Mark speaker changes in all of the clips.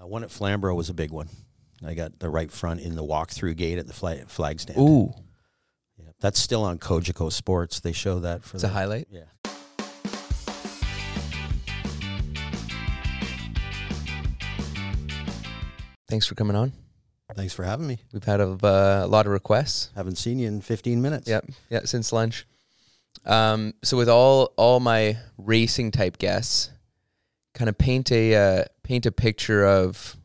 Speaker 1: Uh, one at Flamborough was a big one. I got the right front in the walk-through gate at the flag, flag stand.
Speaker 2: Ooh,
Speaker 1: Yeah. That's still on Kojiko Sports. They show that for
Speaker 2: it's
Speaker 1: the
Speaker 2: a highlight.
Speaker 1: Yeah.
Speaker 2: Thanks for coming on.
Speaker 1: Thanks for having me.
Speaker 2: We've had a, uh, a lot of requests.
Speaker 1: Haven't seen you in 15 minutes.
Speaker 2: Yep. Yeah, since lunch. Um, so with all all my racing type guests, kind of paint a uh, paint a picture of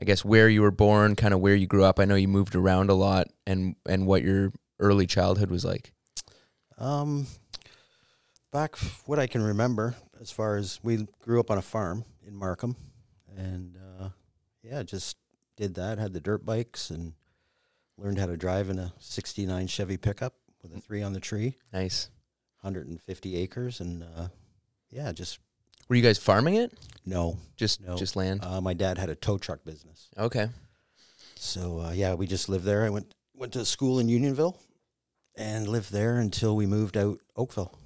Speaker 2: I guess where you were born, kind of where you grew up. I know you moved around a lot and and what your early childhood was like.
Speaker 1: Um, back f- what I can remember, as far as we grew up on a farm in Markham, and uh, yeah, just did that. Had the dirt bikes and learned how to drive in a '69 Chevy pickup with a three on the tree,
Speaker 2: Nice.
Speaker 1: 150 acres, and uh, yeah, just
Speaker 2: Were you guys farming it?
Speaker 1: no.
Speaker 2: Just
Speaker 1: No.
Speaker 2: just land.
Speaker 1: Uh, my dad had a tow truck business,
Speaker 2: Okay.
Speaker 1: so uh, yeah, we just lived there. I went went to school in Unionville, and lived there until we moved out Oakville.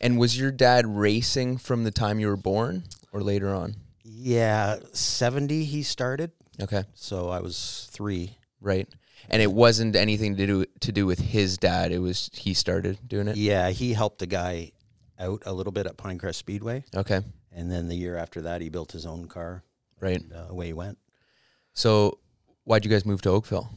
Speaker 2: And was your dad racing from the time you were born or later on?
Speaker 1: Yeah, 70 he started.
Speaker 2: Okay.
Speaker 1: So I was three.
Speaker 2: Right. And it wasn't anything to do to do with his dad. It was he started doing it.
Speaker 1: Yeah, he helped a guy out a little bit at Pinecrest Speedway.
Speaker 2: Okay.
Speaker 1: And then the year after that, he built his own car.
Speaker 2: Right.
Speaker 1: And, uh, away he went.
Speaker 2: So, why'd you guys move to Oakville?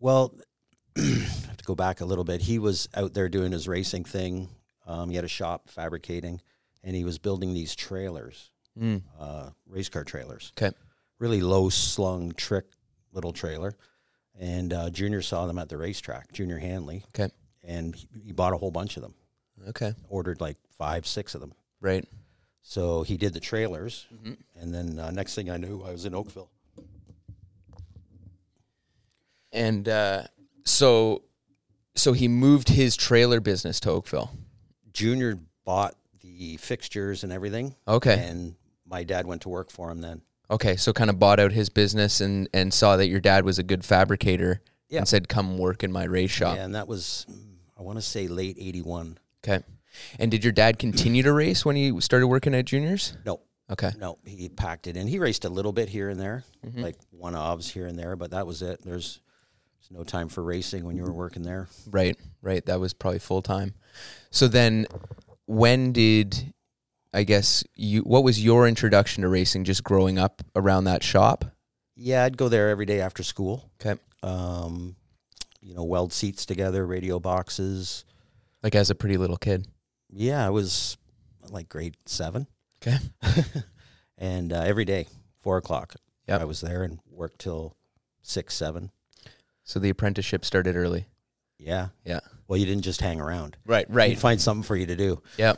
Speaker 1: Well, I have to go back a little bit. He was out there doing his racing thing. Um, he had a shop fabricating, and he was building these trailers,
Speaker 2: Mm.
Speaker 1: uh, race car trailers.
Speaker 2: Okay.
Speaker 1: Really low slung trick little trailer. And uh, Junior saw them at the racetrack, Junior Hanley.
Speaker 2: Okay.
Speaker 1: And he, he bought a whole bunch of them.
Speaker 2: Okay.
Speaker 1: ordered like five, six of them.
Speaker 2: Right.
Speaker 1: So he did the trailers, and then uh, next thing I knew, I was in Oakville.
Speaker 2: And uh, so, so he moved his trailer business to Oakville.
Speaker 1: Junior bought the fixtures and everything,
Speaker 2: Okay.
Speaker 1: and my dad went to work for him then.
Speaker 2: Okay. So, kind of bought out his business and and saw that your dad was a good fabricator
Speaker 1: Yeah.
Speaker 2: and said, "Come work in my race shop."
Speaker 1: Yeah, and that was, mm, I want to say, late '81.
Speaker 2: Okay. And did your dad continue to race when he started working at juniors?
Speaker 1: No,
Speaker 2: Okay.
Speaker 1: no, he packed it in. He raced a little bit here and there,
Speaker 2: Mm-hmm.
Speaker 1: like one ofs here and there, but that was it. There's, there's no time for racing when you were working there.
Speaker 2: Right, right. That was probably full time. So then, when did I guess you? What was your introduction to racing? Just growing up around that shop.
Speaker 1: Yeah, I'd go there every day after school.
Speaker 2: Okay,
Speaker 1: Um, you know, weld seats together, radio boxes.
Speaker 2: like as a pretty little kid.
Speaker 1: Yeah, I was like grade seven,
Speaker 2: Okay,
Speaker 1: and uh, every day, four o'clock,
Speaker 2: Yep.
Speaker 1: I was there and worked till six, seven.
Speaker 2: so the apprenticeship started early.
Speaker 1: Yeah,
Speaker 2: Yeah.
Speaker 1: Well, you didn't just hang around.
Speaker 2: Right,
Speaker 1: You'd find something for you to do.
Speaker 2: Yeah.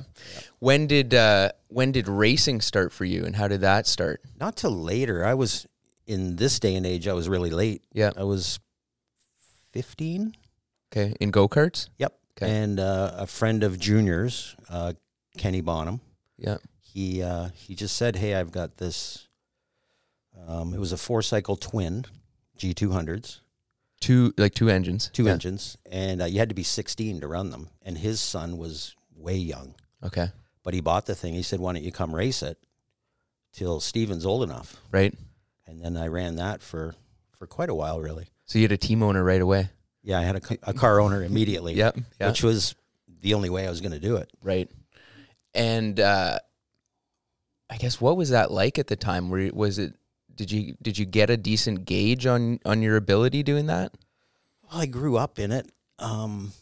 Speaker 2: When did uh, when did racing start for you, and how did that start?
Speaker 1: Not till later. I was in this day and age. I was really late.
Speaker 2: Yeah.
Speaker 1: I was fifteen.
Speaker 2: Okay, in go karts.
Speaker 1: Yep.
Speaker 2: 'Kay.
Speaker 1: And uh, a friend of Junior's, uh, Kenny Bonham.
Speaker 2: Yeah.
Speaker 1: He uh, he just said, "Hey, I've got this." Um, it was a four cycle twin, G two hundreds.
Speaker 2: Two like two engines.
Speaker 1: two
Speaker 2: Yeah.
Speaker 1: engines, and uh, you had to be 16 to run them. And his son was way young,
Speaker 2: Okay.
Speaker 1: but he bought the thing. He said, "Why don't you come race it till Steven's old enough?"
Speaker 2: Right.
Speaker 1: And then I ran that for for quite a while, really.
Speaker 2: So you had a team owner right away.
Speaker 1: Yeah, I had a, ca- a car owner immediately,
Speaker 2: Yep. Yeah.
Speaker 1: which was the only way I was going to do it.
Speaker 2: Right. And uh, I guess what was that like at the time? Were you- was it did you did you get a decent gauge on on your ability doing that?
Speaker 1: Well, I grew up in it, um,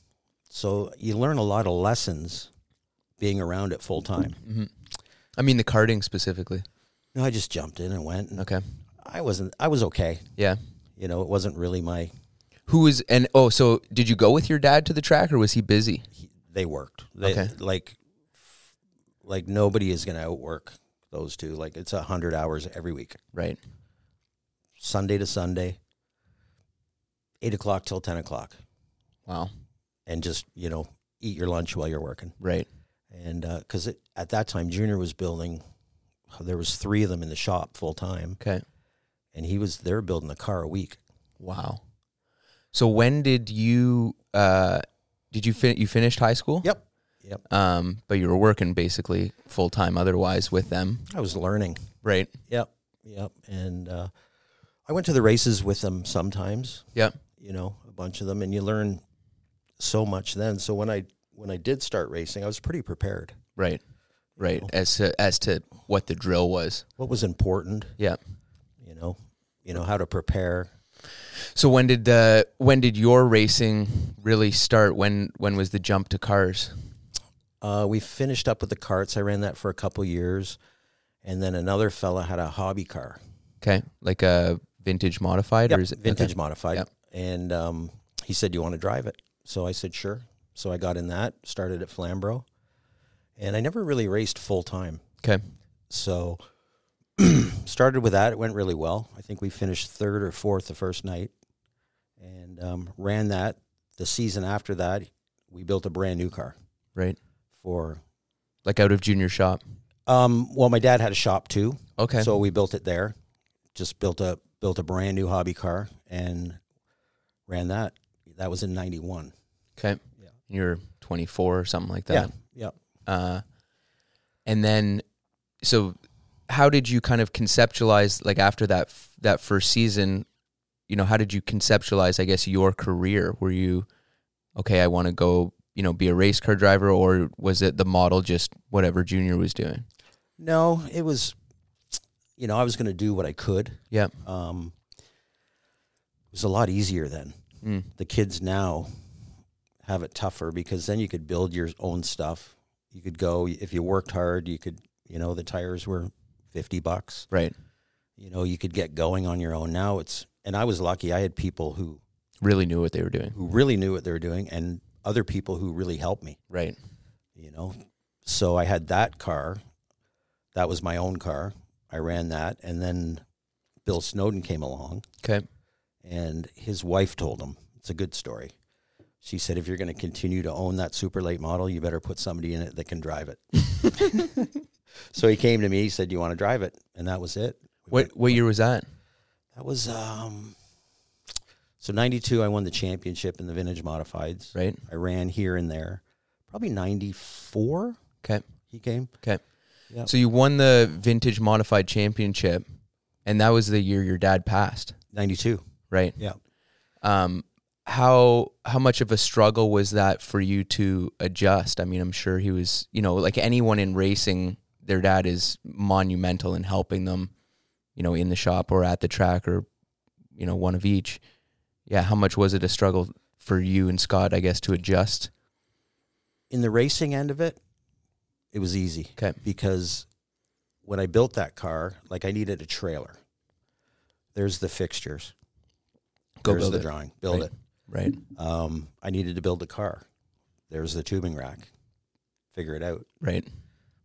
Speaker 1: so you learn a lot of lessons being around it full time.
Speaker 2: Mm-hmm. I mean the karting specifically.
Speaker 1: No, I just jumped in and went. And
Speaker 2: Okay.
Speaker 1: I wasn't. I was okay.
Speaker 2: Yeah.
Speaker 1: You know, it wasn't really my.
Speaker 2: Who was and oh so did you go with your dad to the track or was he busy?
Speaker 1: he- they worked. They,
Speaker 2: Okay.
Speaker 1: Like, like nobody is going to outwork those two. Like it's a hundred hours every week,
Speaker 2: Right.
Speaker 1: Sunday to Sunday, eight o'clock till ten o'clock,
Speaker 2: Wow.
Speaker 1: and just you know eat your lunch while you're working.
Speaker 2: Right.
Speaker 1: And because it at that time, Junior was building. There was three of them in the shop full time,
Speaker 2: Okay.
Speaker 1: and he was they're building a car a week.
Speaker 2: Wow. So when did you uh did you fin- you finished high school?
Speaker 1: Yep. Yep.
Speaker 2: Um but you were working basically full time otherwise with them.
Speaker 1: I was learning.
Speaker 2: Right.
Speaker 1: Yep. Yep. And uh, I went to the races with them sometimes.
Speaker 2: Yep.
Speaker 1: You know, a bunch of them, and you learn so much then. So when I when I did start racing, I was pretty prepared.
Speaker 2: Right.
Speaker 1: you
Speaker 2: Right.
Speaker 1: know,
Speaker 2: As to, as to what the drill was.
Speaker 1: What was important?
Speaker 2: Yep.
Speaker 1: You know, you know how to prepare.
Speaker 2: So when did the when did your racing really start? When when was the jump to cars?
Speaker 1: Uh, we finished up with the carts. I ran that for a couple years, and then another fella had a hobby car.
Speaker 2: Okay, like a vintage modified
Speaker 1: Yep,
Speaker 2: or is it okay.
Speaker 1: vintage modified?
Speaker 2: Yep.
Speaker 1: And um, he said, "Do you want to drive it?" So I said, "Sure." So I got in that, started at Flamborough, and I never really raced full time.
Speaker 2: Okay.
Speaker 1: So started with that. It went really well. I think we finished third or fourth the first night, and um, ran that. The season after that, we built a brand new car
Speaker 2: Right,
Speaker 1: for.
Speaker 2: like out of junior shop.
Speaker 1: Um, well, my dad had a shop too,
Speaker 2: Okay.
Speaker 1: so we built it there. Just built a built a brand new hobby car and ran that. That was in '91.
Speaker 2: okay.
Speaker 1: Yeah.
Speaker 2: You're 24 or something like that.
Speaker 1: Yeah.
Speaker 2: Uh, and then, so how did you kind of conceptualize like after that f- that first season? You know, how did you conceptualize? I guess your career. Were you okay? I want to go. You know, be a race car driver, or was it the model just whatever Junior was doing?
Speaker 1: No, it was. You know, I was going to do what I could.
Speaker 2: Yeah.
Speaker 1: Um, it was a lot easier then.
Speaker 2: Mm.
Speaker 1: the kids now have it tougher because then you could build your own stuff. You could go if you worked hard. You could, you know, the tires were fifty bucks.
Speaker 2: Right.
Speaker 1: You know, you could get going on your own. Now it's, and I was lucky. I had people who
Speaker 2: Really knew what they were doing.
Speaker 1: who really knew what they were doing, and other people who really helped me.
Speaker 2: Right.
Speaker 1: You know, so I had that car. That was my own car. I ran that, and then Bill Snowden came along.
Speaker 2: Okay.
Speaker 1: and his wife told him it's a good story. She said, if you're going to continue to own that super late model, you better put somebody in it that can drive it. so he came to me. He said, "Do you want to drive it?" And that was it. We went-
Speaker 2: What what year was that?
Speaker 1: that was um, so '92. I won the championship in the vintage modifieds.
Speaker 2: Right.
Speaker 1: I ran here and there. Probably '94.
Speaker 2: Okay.
Speaker 1: He came. Yep.
Speaker 2: Oh. So you won the vintage modified championship, and that was the year your dad passed,
Speaker 1: '92.
Speaker 2: right?
Speaker 1: Yeah.
Speaker 2: Um, how how much of a struggle was that for you to adjust? I mean, I'm sure he was, you know, like anyone in racing, their dad is monumental in helping them, you know, in the shop or at the track or, you know, one of each. Yeah. How much was it a struggle for you and Scott, I guess, to adjust?
Speaker 1: in the racing end of it, it was easy.
Speaker 2: 'Kay.
Speaker 1: Because when I built that car, like I needed a trailer. There's the fixtures.
Speaker 2: Go
Speaker 1: There's
Speaker 2: build
Speaker 1: the
Speaker 2: it.
Speaker 1: drawing. Build
Speaker 2: Right. Right.
Speaker 1: it. Um, I needed to build a car. There's the tubing rack. Figure it out.
Speaker 2: Right.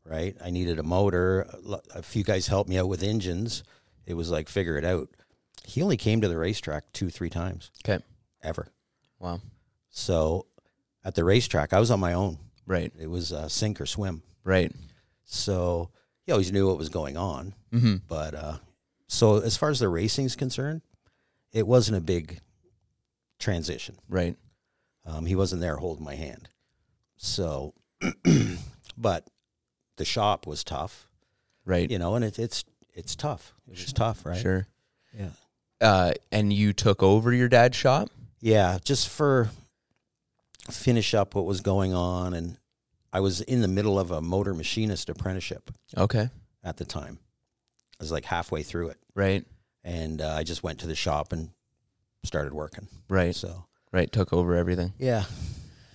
Speaker 1: Right. I needed a motor. A lo- A few guys helped me out with engines. It was like figure it out. He only came to the racetrack two, three times.
Speaker 2: 'Kay.
Speaker 1: Ever.
Speaker 2: Wow.
Speaker 1: So at the racetrack, I was on my own.
Speaker 2: Right.
Speaker 1: It was uh, sink or swim.
Speaker 2: Right.
Speaker 1: So he always knew what was going on.
Speaker 2: Mm-hmm.
Speaker 1: But uh, so as far as the racing's concerned, it wasn't a big transition.
Speaker 2: Right.
Speaker 1: Um, he wasn't there holding my hand. So, but the shop was tough,
Speaker 2: Right.
Speaker 1: you know, and it, it's it's tough. It was tough, right?
Speaker 2: Sure.
Speaker 1: Yeah.
Speaker 2: Uh, and you took over your dad's shop.
Speaker 1: Yeah, just for finish up what was going on, and I was in the middle of a motor machinist apprenticeship
Speaker 2: Okay.
Speaker 1: at the time. I was like halfway through it.
Speaker 2: Right.
Speaker 1: and uh, I just went to the shop and started working.
Speaker 2: Right.
Speaker 1: So
Speaker 2: Right. Took over everything.
Speaker 1: yeah,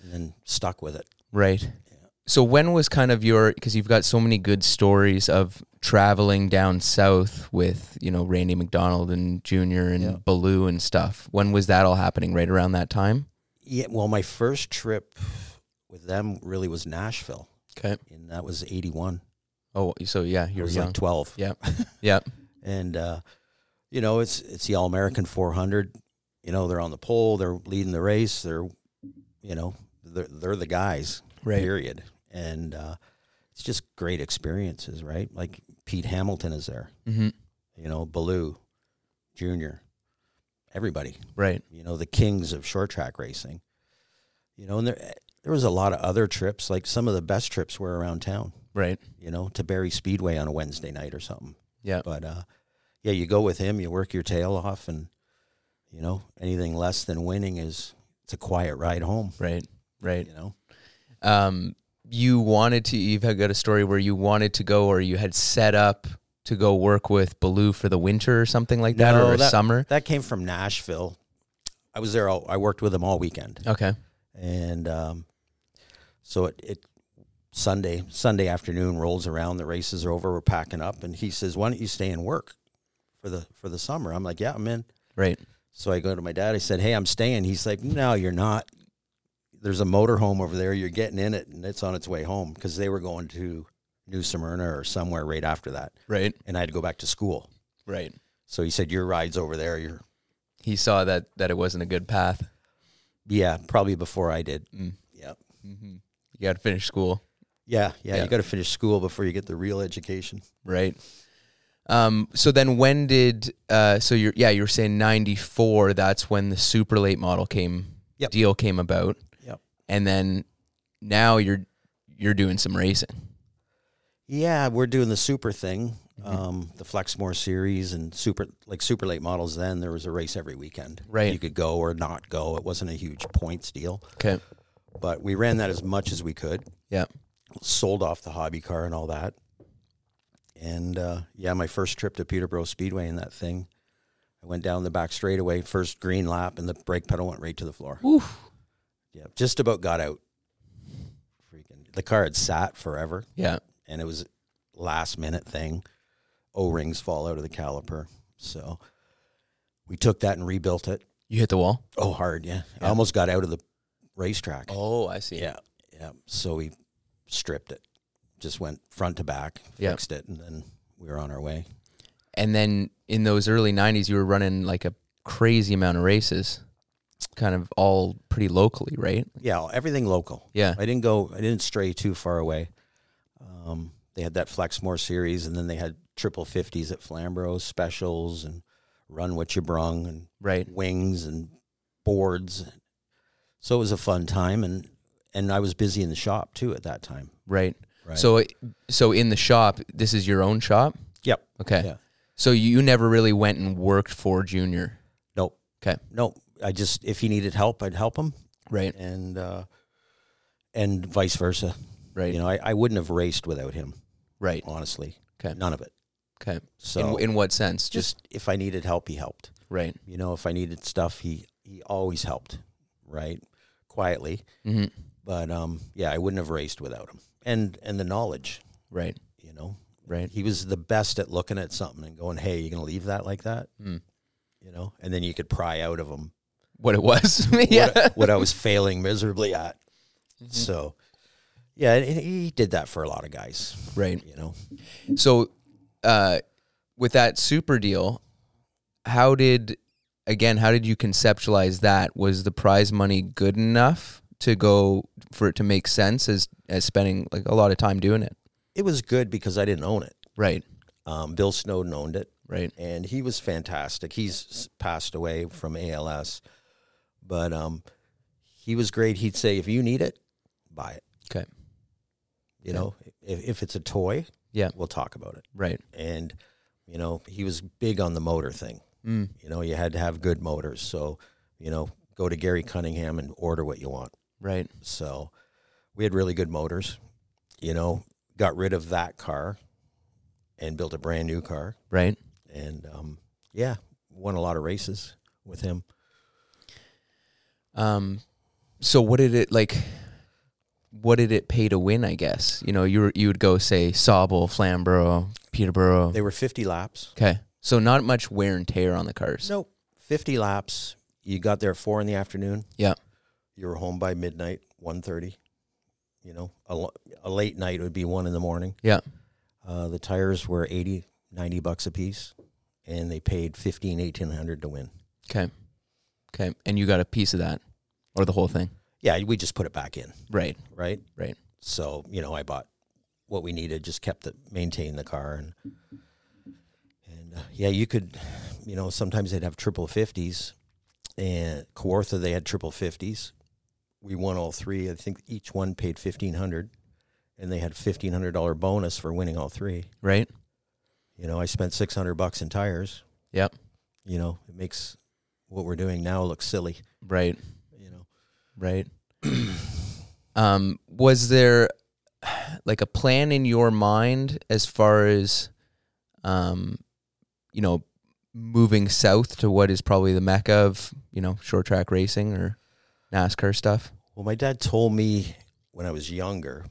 Speaker 1: and then stuck with it.
Speaker 2: Right. So when was kind of your because you've got so many good stories of traveling down south with you know Randy McDonald and Junior and
Speaker 1: Yeah.
Speaker 2: Baloo and stuff. When was that all happening? Right around that time.
Speaker 1: Yeah, well, my first trip with them really was Nashville,
Speaker 2: Okay.
Speaker 1: and that was '81.
Speaker 2: Oh, so yeah,
Speaker 1: I
Speaker 2: you were
Speaker 1: was
Speaker 2: young.
Speaker 1: like 12.
Speaker 2: Yeah. Yep.
Speaker 1: and uh, you know, it's it's the All American 400. You know, they're on the pole, they're leading the race, they're you know, they're they're the guys.
Speaker 2: Right.
Speaker 1: Period. And uh, it's just great experiences, right? Like Pete Hamilton is there.
Speaker 2: hmm
Speaker 1: you know, Baloo, Junior, everybody,
Speaker 2: Right.
Speaker 1: you know, the kings of short track racing. You know, and there there was a lot of other trips, like some of the best trips were around town,
Speaker 2: Right.
Speaker 1: you know, to Barry Speedway on a Wednesday night or something.
Speaker 2: Yeah.
Speaker 1: But uh yeah, you go with him, you work your tail off, and you know anything less than winning is it's a quiet ride home.
Speaker 2: Right. Right.
Speaker 1: You know,
Speaker 2: Um, you wanted to. You've had- got a story where you wanted to go, or you had set up to go work with Baloo for the winter or something like that,
Speaker 1: No,
Speaker 2: or a
Speaker 1: that-
Speaker 2: summer.
Speaker 1: that came from Nashville. I was there. All, I worked with him all weekend.
Speaker 2: Okay.
Speaker 1: and um, so it, it Sunday Sunday afternoon rolls around. The races are over. We're packing up, and he says, "Why don't you stay and work for the for the summer?" I'm like, "Yeah, I'm in."
Speaker 2: Right.
Speaker 1: So I go to my dad. I said, "Hey, I'm staying." He's like, "No, you're not. There's a motorhome over there. You're getting in it, and it's on its way home because they were going to New Smyrna or somewhere right after that,
Speaker 2: Right.
Speaker 1: and I had to go back to school."
Speaker 2: Right.
Speaker 1: So he said, "Your ride's over there. You're
Speaker 2: He saw that that it wasn't a good path.
Speaker 1: yeah, probably before I did.
Speaker 2: Mm.
Speaker 1: Yeah,
Speaker 2: Mm-hmm. You got to finish school.
Speaker 1: yeah, yeah.
Speaker 2: Yeah.
Speaker 1: You got to finish school before you get the real education."
Speaker 2: Right. Um, so then when did uh, so you're yeah you were saying 94 that's when the super late model came
Speaker 1: Yep.
Speaker 2: deal came about
Speaker 1: Yep.
Speaker 2: and then now you're you're doing some racing
Speaker 1: Yeah, we're doing the super thing, um, the Flexmore series and super like super late models. Then there was a race every weekend.
Speaker 2: Right.
Speaker 1: you could go or not go. It wasn't a huge points deal,
Speaker 2: okay
Speaker 1: but we ran that as much as we could.
Speaker 2: yeah
Speaker 1: Sold off the hobby car and all that, and uh, yeah, my first trip to Peterborough Speedway in that thing, I went down the back straightaway, first green lap, and the brake pedal went right to the floor.
Speaker 2: Oof.
Speaker 1: Yeah, just about got out. Freaking, the car had sat forever
Speaker 2: yeah
Speaker 1: and it was last minute thing. O rings fall out of the caliper, so we took that and rebuilt it.
Speaker 2: you hit the wall
Speaker 1: Oh, hard, yeah.
Speaker 2: Yeah.
Speaker 1: I almost got out of the racetrack.
Speaker 2: oh I see
Speaker 1: yeah, yeah. So we stripped it, just went front to back,
Speaker 2: Yeah.
Speaker 1: fixed it, and then we were on our way.
Speaker 2: and then in those early 90s you were running like a crazy amount of races kind of all pretty locally right
Speaker 1: Yeah, everything local.
Speaker 2: yeah
Speaker 1: I didn't go. I didn't stray too far away. Um, they had that Flexmore series, and then they had triple fifties at Flamborough specials and run what you brung and
Speaker 2: right
Speaker 1: wings and boards. So it was a fun time, and and I was busy in the shop too at that time.
Speaker 2: right
Speaker 1: Right.
Speaker 2: so so in the shop this is your own shop
Speaker 1: Yep.
Speaker 2: okay
Speaker 1: Yeah.
Speaker 2: So you never really went and worked for Junior,
Speaker 1: Nope.
Speaker 2: 'Kay.
Speaker 1: Nope. I just if he needed help, I'd help him,
Speaker 2: right?
Speaker 1: and uh, and vice versa.
Speaker 2: Right.
Speaker 1: You know, I, I wouldn't have raced without him,
Speaker 2: Right.
Speaker 1: honestly.
Speaker 2: 'Kay.
Speaker 1: None of it.
Speaker 2: Okay.
Speaker 1: So
Speaker 2: in, in what sense? Just,
Speaker 1: just if I needed help, he helped.
Speaker 2: right.
Speaker 1: You know, if I needed stuff, he he always helped. Right. Quietly,
Speaker 2: hmm
Speaker 1: but um, yeah, I wouldn't have raced without him, and and the knowledge.
Speaker 2: Right.
Speaker 1: You know,
Speaker 2: Right.
Speaker 1: he was the best at looking at something and going, "Hey, you gonna leave that like that?"
Speaker 2: Mm.
Speaker 1: You know, and then you could pry out of him
Speaker 2: What it was. yeah.
Speaker 1: what, what I was failing miserably at. So, yeah, and and he did that for a lot of guys.
Speaker 2: Right.
Speaker 1: You know,
Speaker 2: So, uh, with that super deal, how did again? How did you conceptualize that? Was the prize money good enough to go for it to make sense as as spending like a lot of time doing it?
Speaker 1: it was good because I didn't own it.
Speaker 2: Right.
Speaker 1: Um, Bill Snowden owned it,
Speaker 2: Right.
Speaker 1: and he was fantastic. He's s- passed away from ALS, but um, he was great. He'd say, "If you need it, buy it."
Speaker 2: Okay.
Speaker 1: You know, if, if it's a toy,
Speaker 2: Yeah.
Speaker 1: we'll talk about it.
Speaker 2: Right.
Speaker 1: and you know he was big on the motor thing
Speaker 2: Mm.
Speaker 1: you know you had to have good motors so you know go to gary cunningham and order what you want
Speaker 2: Right.
Speaker 1: so we had really good motors you know got rid of that car and built a brand new car
Speaker 2: Right.
Speaker 1: and um, yeah won a lot of races with him
Speaker 2: Um, so what did it like? What did it pay to win? I guess you know you were, you would go say Sauble, Flamborough, Peterborough.
Speaker 1: they were 50 laps
Speaker 2: Okay, so not much wear and tear on the cars.
Speaker 1: nope 50 laps you got there at four in the afternoon
Speaker 2: Yeah,
Speaker 1: you were home by midnight 1.30 you know a, lo- a late night would be one in the morning
Speaker 2: yeah,
Speaker 1: Uh, the tires were 80, 90 bucks a piece, and they paid 15, 1800 to win.
Speaker 2: okay, okay. And you got a piece of that, or the whole thing,
Speaker 1: Yeah, we just put it back in,
Speaker 2: right?
Speaker 1: right?
Speaker 2: Right.
Speaker 1: So, you know, I bought what we needed, just kept the maintained the car and and uh, yeah, you could, you know, sometimes they'd have triple 50s and Kawartha they had triple 50s. We won all three. I think each one paid 1500 and they had $1500 bonus for winning all three.
Speaker 2: Right?
Speaker 1: You know, I spent 600 bucks in tires.
Speaker 2: Yep.
Speaker 1: You know, it makes what we're doing now look silly,
Speaker 2: Right.
Speaker 1: you know.
Speaker 2: Right. um, was there like a plan in your mind as far as, um, you know, moving south to what is probably the mecca of you know short track racing or NASCAR stuff?
Speaker 1: Well, my dad told me when I was younger,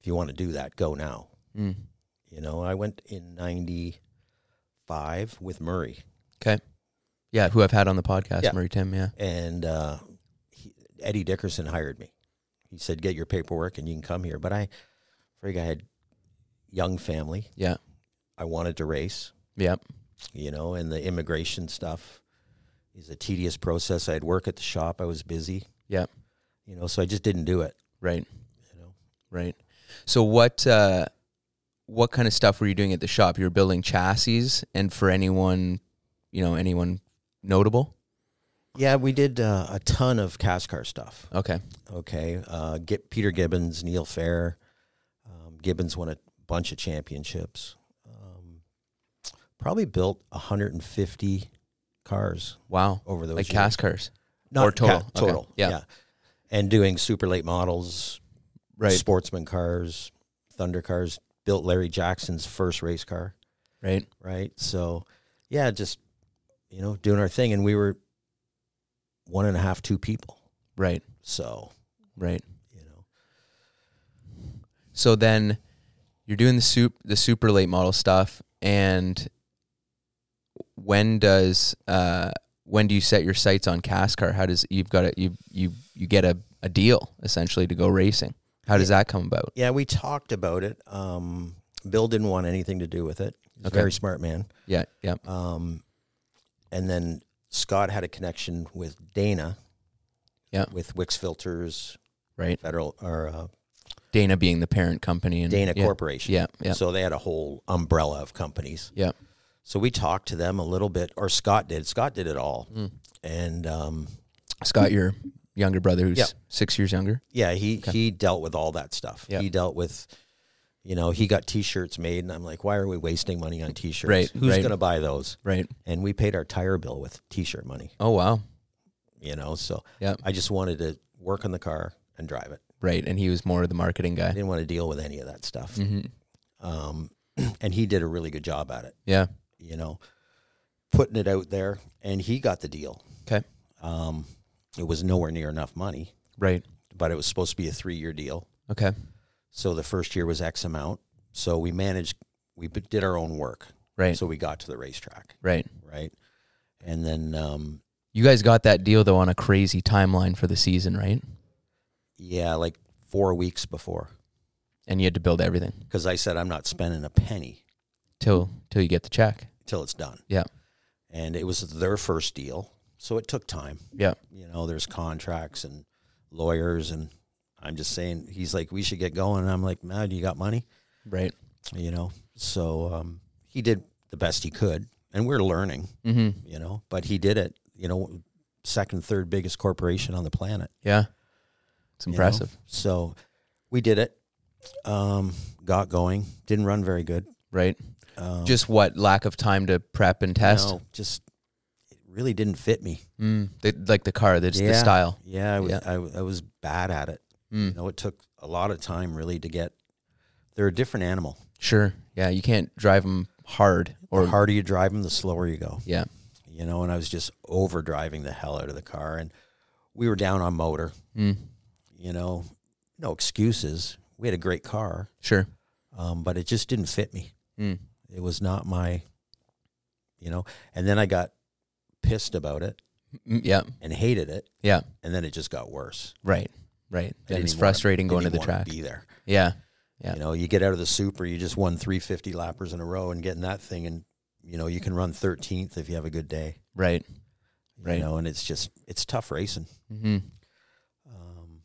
Speaker 1: if you want to do that, go now.
Speaker 2: Mm.
Speaker 1: You know, I went in 95 with Murray
Speaker 2: Yeah, who I've had on the podcast,
Speaker 1: Yeah.
Speaker 2: Murray Tim. Yeah.
Speaker 1: and uh, he, Eddie Dickerson hired me. He said, "Get your paperwork and you can come here." But I, frig, I had young family.
Speaker 2: Yeah.
Speaker 1: I wanted to race,
Speaker 2: Yep.
Speaker 1: you know, and the immigration stuff is a tedious process. I'd work at the shop. I was busy.
Speaker 2: Yep.
Speaker 1: You know, so I just didn't do it.
Speaker 2: Right.
Speaker 1: You know,
Speaker 2: Right. So what uh, what kind of stuff were you doing at the shop? You were building chassis, and for anyone, you know, anyone notable?
Speaker 1: yeah, we did uh, a ton of Cascar stuff.
Speaker 2: Okay.
Speaker 1: Okay, uh, get Peter Gibbons, Neil Fair. Um, Gibbons won a bunch of championships. Um, probably built 150 cars
Speaker 2: Wow.
Speaker 1: over those
Speaker 2: Like
Speaker 1: years.
Speaker 2: cast cars.
Speaker 1: Not
Speaker 2: or total? Okay,
Speaker 1: total,
Speaker 2: yeah.
Speaker 1: And doing super late models, sportsman cars, Thunder cars. Built Larry Jackson's first race car,
Speaker 2: Right.
Speaker 1: right? So, yeah, just you know, doing our thing, and we were one and a half, two people.
Speaker 2: Right.
Speaker 1: So,
Speaker 2: Right.
Speaker 1: you know,
Speaker 2: So then you're doing the soup the super late model stuff and when does uh when do you set your sights on Cascar? How does you've got a you you you get a, a deal essentially to go racing. How does that come about?
Speaker 1: Yeah, we talked about it. Um, Bill didn't want anything to do with it. He's
Speaker 2: Okay.
Speaker 1: a very smart man.
Speaker 2: Yeah, yeah.
Speaker 1: Um, and then Scott had a connection with Dana.
Speaker 2: Yeah.
Speaker 1: With Wix Filters,
Speaker 2: Right.
Speaker 1: Federal or uh,
Speaker 2: Dana being the parent company and
Speaker 1: Dana
Speaker 2: yeah,
Speaker 1: Corporation.
Speaker 2: Yeah, yeah.
Speaker 1: So they had a whole umbrella of companies.
Speaker 2: Yeah.
Speaker 1: So we talked to them a little bit, or Scott did. Scott did it all.
Speaker 2: Mm.
Speaker 1: And um,
Speaker 2: Scott, your younger brother who's
Speaker 1: Yeah.
Speaker 2: six years younger.
Speaker 1: Yeah, he he dealt with all that stuff.
Speaker 2: Yeah.
Speaker 1: He dealt with, you know, he got T-shirts made, and I'm like, why are we wasting money on T-shirts?
Speaker 2: Right,
Speaker 1: Who's
Speaker 2: right.
Speaker 1: going to buy those?
Speaker 2: Right.
Speaker 1: And we paid our tire bill with T-shirt money.
Speaker 2: Oh wow.
Speaker 1: You know, so
Speaker 2: Yeah.
Speaker 1: I just wanted to work on the car and drive it.
Speaker 2: Right. And he was more of the marketing
Speaker 1: I
Speaker 2: guy.
Speaker 1: didn't want to deal with any of that stuff.
Speaker 2: hmm
Speaker 1: Um, and he did a really good job at it.
Speaker 2: Yeah.
Speaker 1: You know, putting it out there, and he got the deal.
Speaker 2: 'Kay.
Speaker 1: Um, it was nowhere near enough money,
Speaker 2: Right.
Speaker 1: but it was supposed to be a three-year deal.
Speaker 2: Okay.
Speaker 1: So the first year was X amount. So we managed, we b- did our own work.
Speaker 2: Right.
Speaker 1: So we got to the racetrack,
Speaker 2: Right.
Speaker 1: right? And then, um,
Speaker 2: You guys got that deal though on a crazy timeline for the season, right?
Speaker 1: yeah, like four weeks before,
Speaker 2: And you had to build everything
Speaker 1: because I said I'm not spending a penny
Speaker 2: till till you get the check.
Speaker 1: till it's done.
Speaker 2: Yeah.
Speaker 1: And it was their first deal. So it took time.
Speaker 2: Yeah.
Speaker 1: You know, there's contracts and lawyers. And I'm just saying, he's like, we should get going. And I'm like, man, you got money?
Speaker 2: Right.
Speaker 1: You know, so um, he did the best he could. And we're learning.
Speaker 2: Mm-hmm.
Speaker 1: you know but he did it you know second third biggest corporation on the planet
Speaker 2: Yeah. It's
Speaker 1: you know?
Speaker 2: impressive.
Speaker 1: so we did it um got going didn't run very good
Speaker 2: Right.
Speaker 1: um,
Speaker 2: Just what lack of time to prep and test.
Speaker 1: no, just it really didn't fit me
Speaker 2: Mm, they, like the car, that's the
Speaker 1: Yeah.
Speaker 2: style.
Speaker 1: yeah, I was,
Speaker 2: Yeah.
Speaker 1: I, w- I was bad at it
Speaker 2: Mm.
Speaker 1: you know it took a lot of time really to get they're a different animal
Speaker 2: Sure. Yeah. You can't drive them hard
Speaker 1: the
Speaker 2: or
Speaker 1: harder you drive them the slower you go
Speaker 2: Yeah.
Speaker 1: you know and i was just over driving the hell out of the car and we were down on motor
Speaker 2: Mm,
Speaker 1: you know no excuses we had a great car
Speaker 2: sure.
Speaker 1: um, but it just didn't fit me.
Speaker 2: Mm.
Speaker 1: It was not my, you know. And then I got pissed about it
Speaker 2: Mm, Yeah.
Speaker 1: and hated it,
Speaker 2: Yeah.
Speaker 1: and then it just got worse.
Speaker 2: Right. Right.
Speaker 1: I
Speaker 2: Then
Speaker 1: didn't
Speaker 2: it's
Speaker 1: even wanna-
Speaker 2: frustrating going to
Speaker 1: Didn't
Speaker 2: the
Speaker 1: even wanna
Speaker 2: track.
Speaker 1: Be there,
Speaker 2: Yeah. Yeah.
Speaker 1: you know. You get out of the super, you just won three fifty lappers in a row, and getting that thing, and you know you can run thirteenth if you have a good day,
Speaker 2: Right.
Speaker 1: you
Speaker 2: Right.
Speaker 1: know. And it's just it's tough racing.
Speaker 2: hmm
Speaker 1: Um,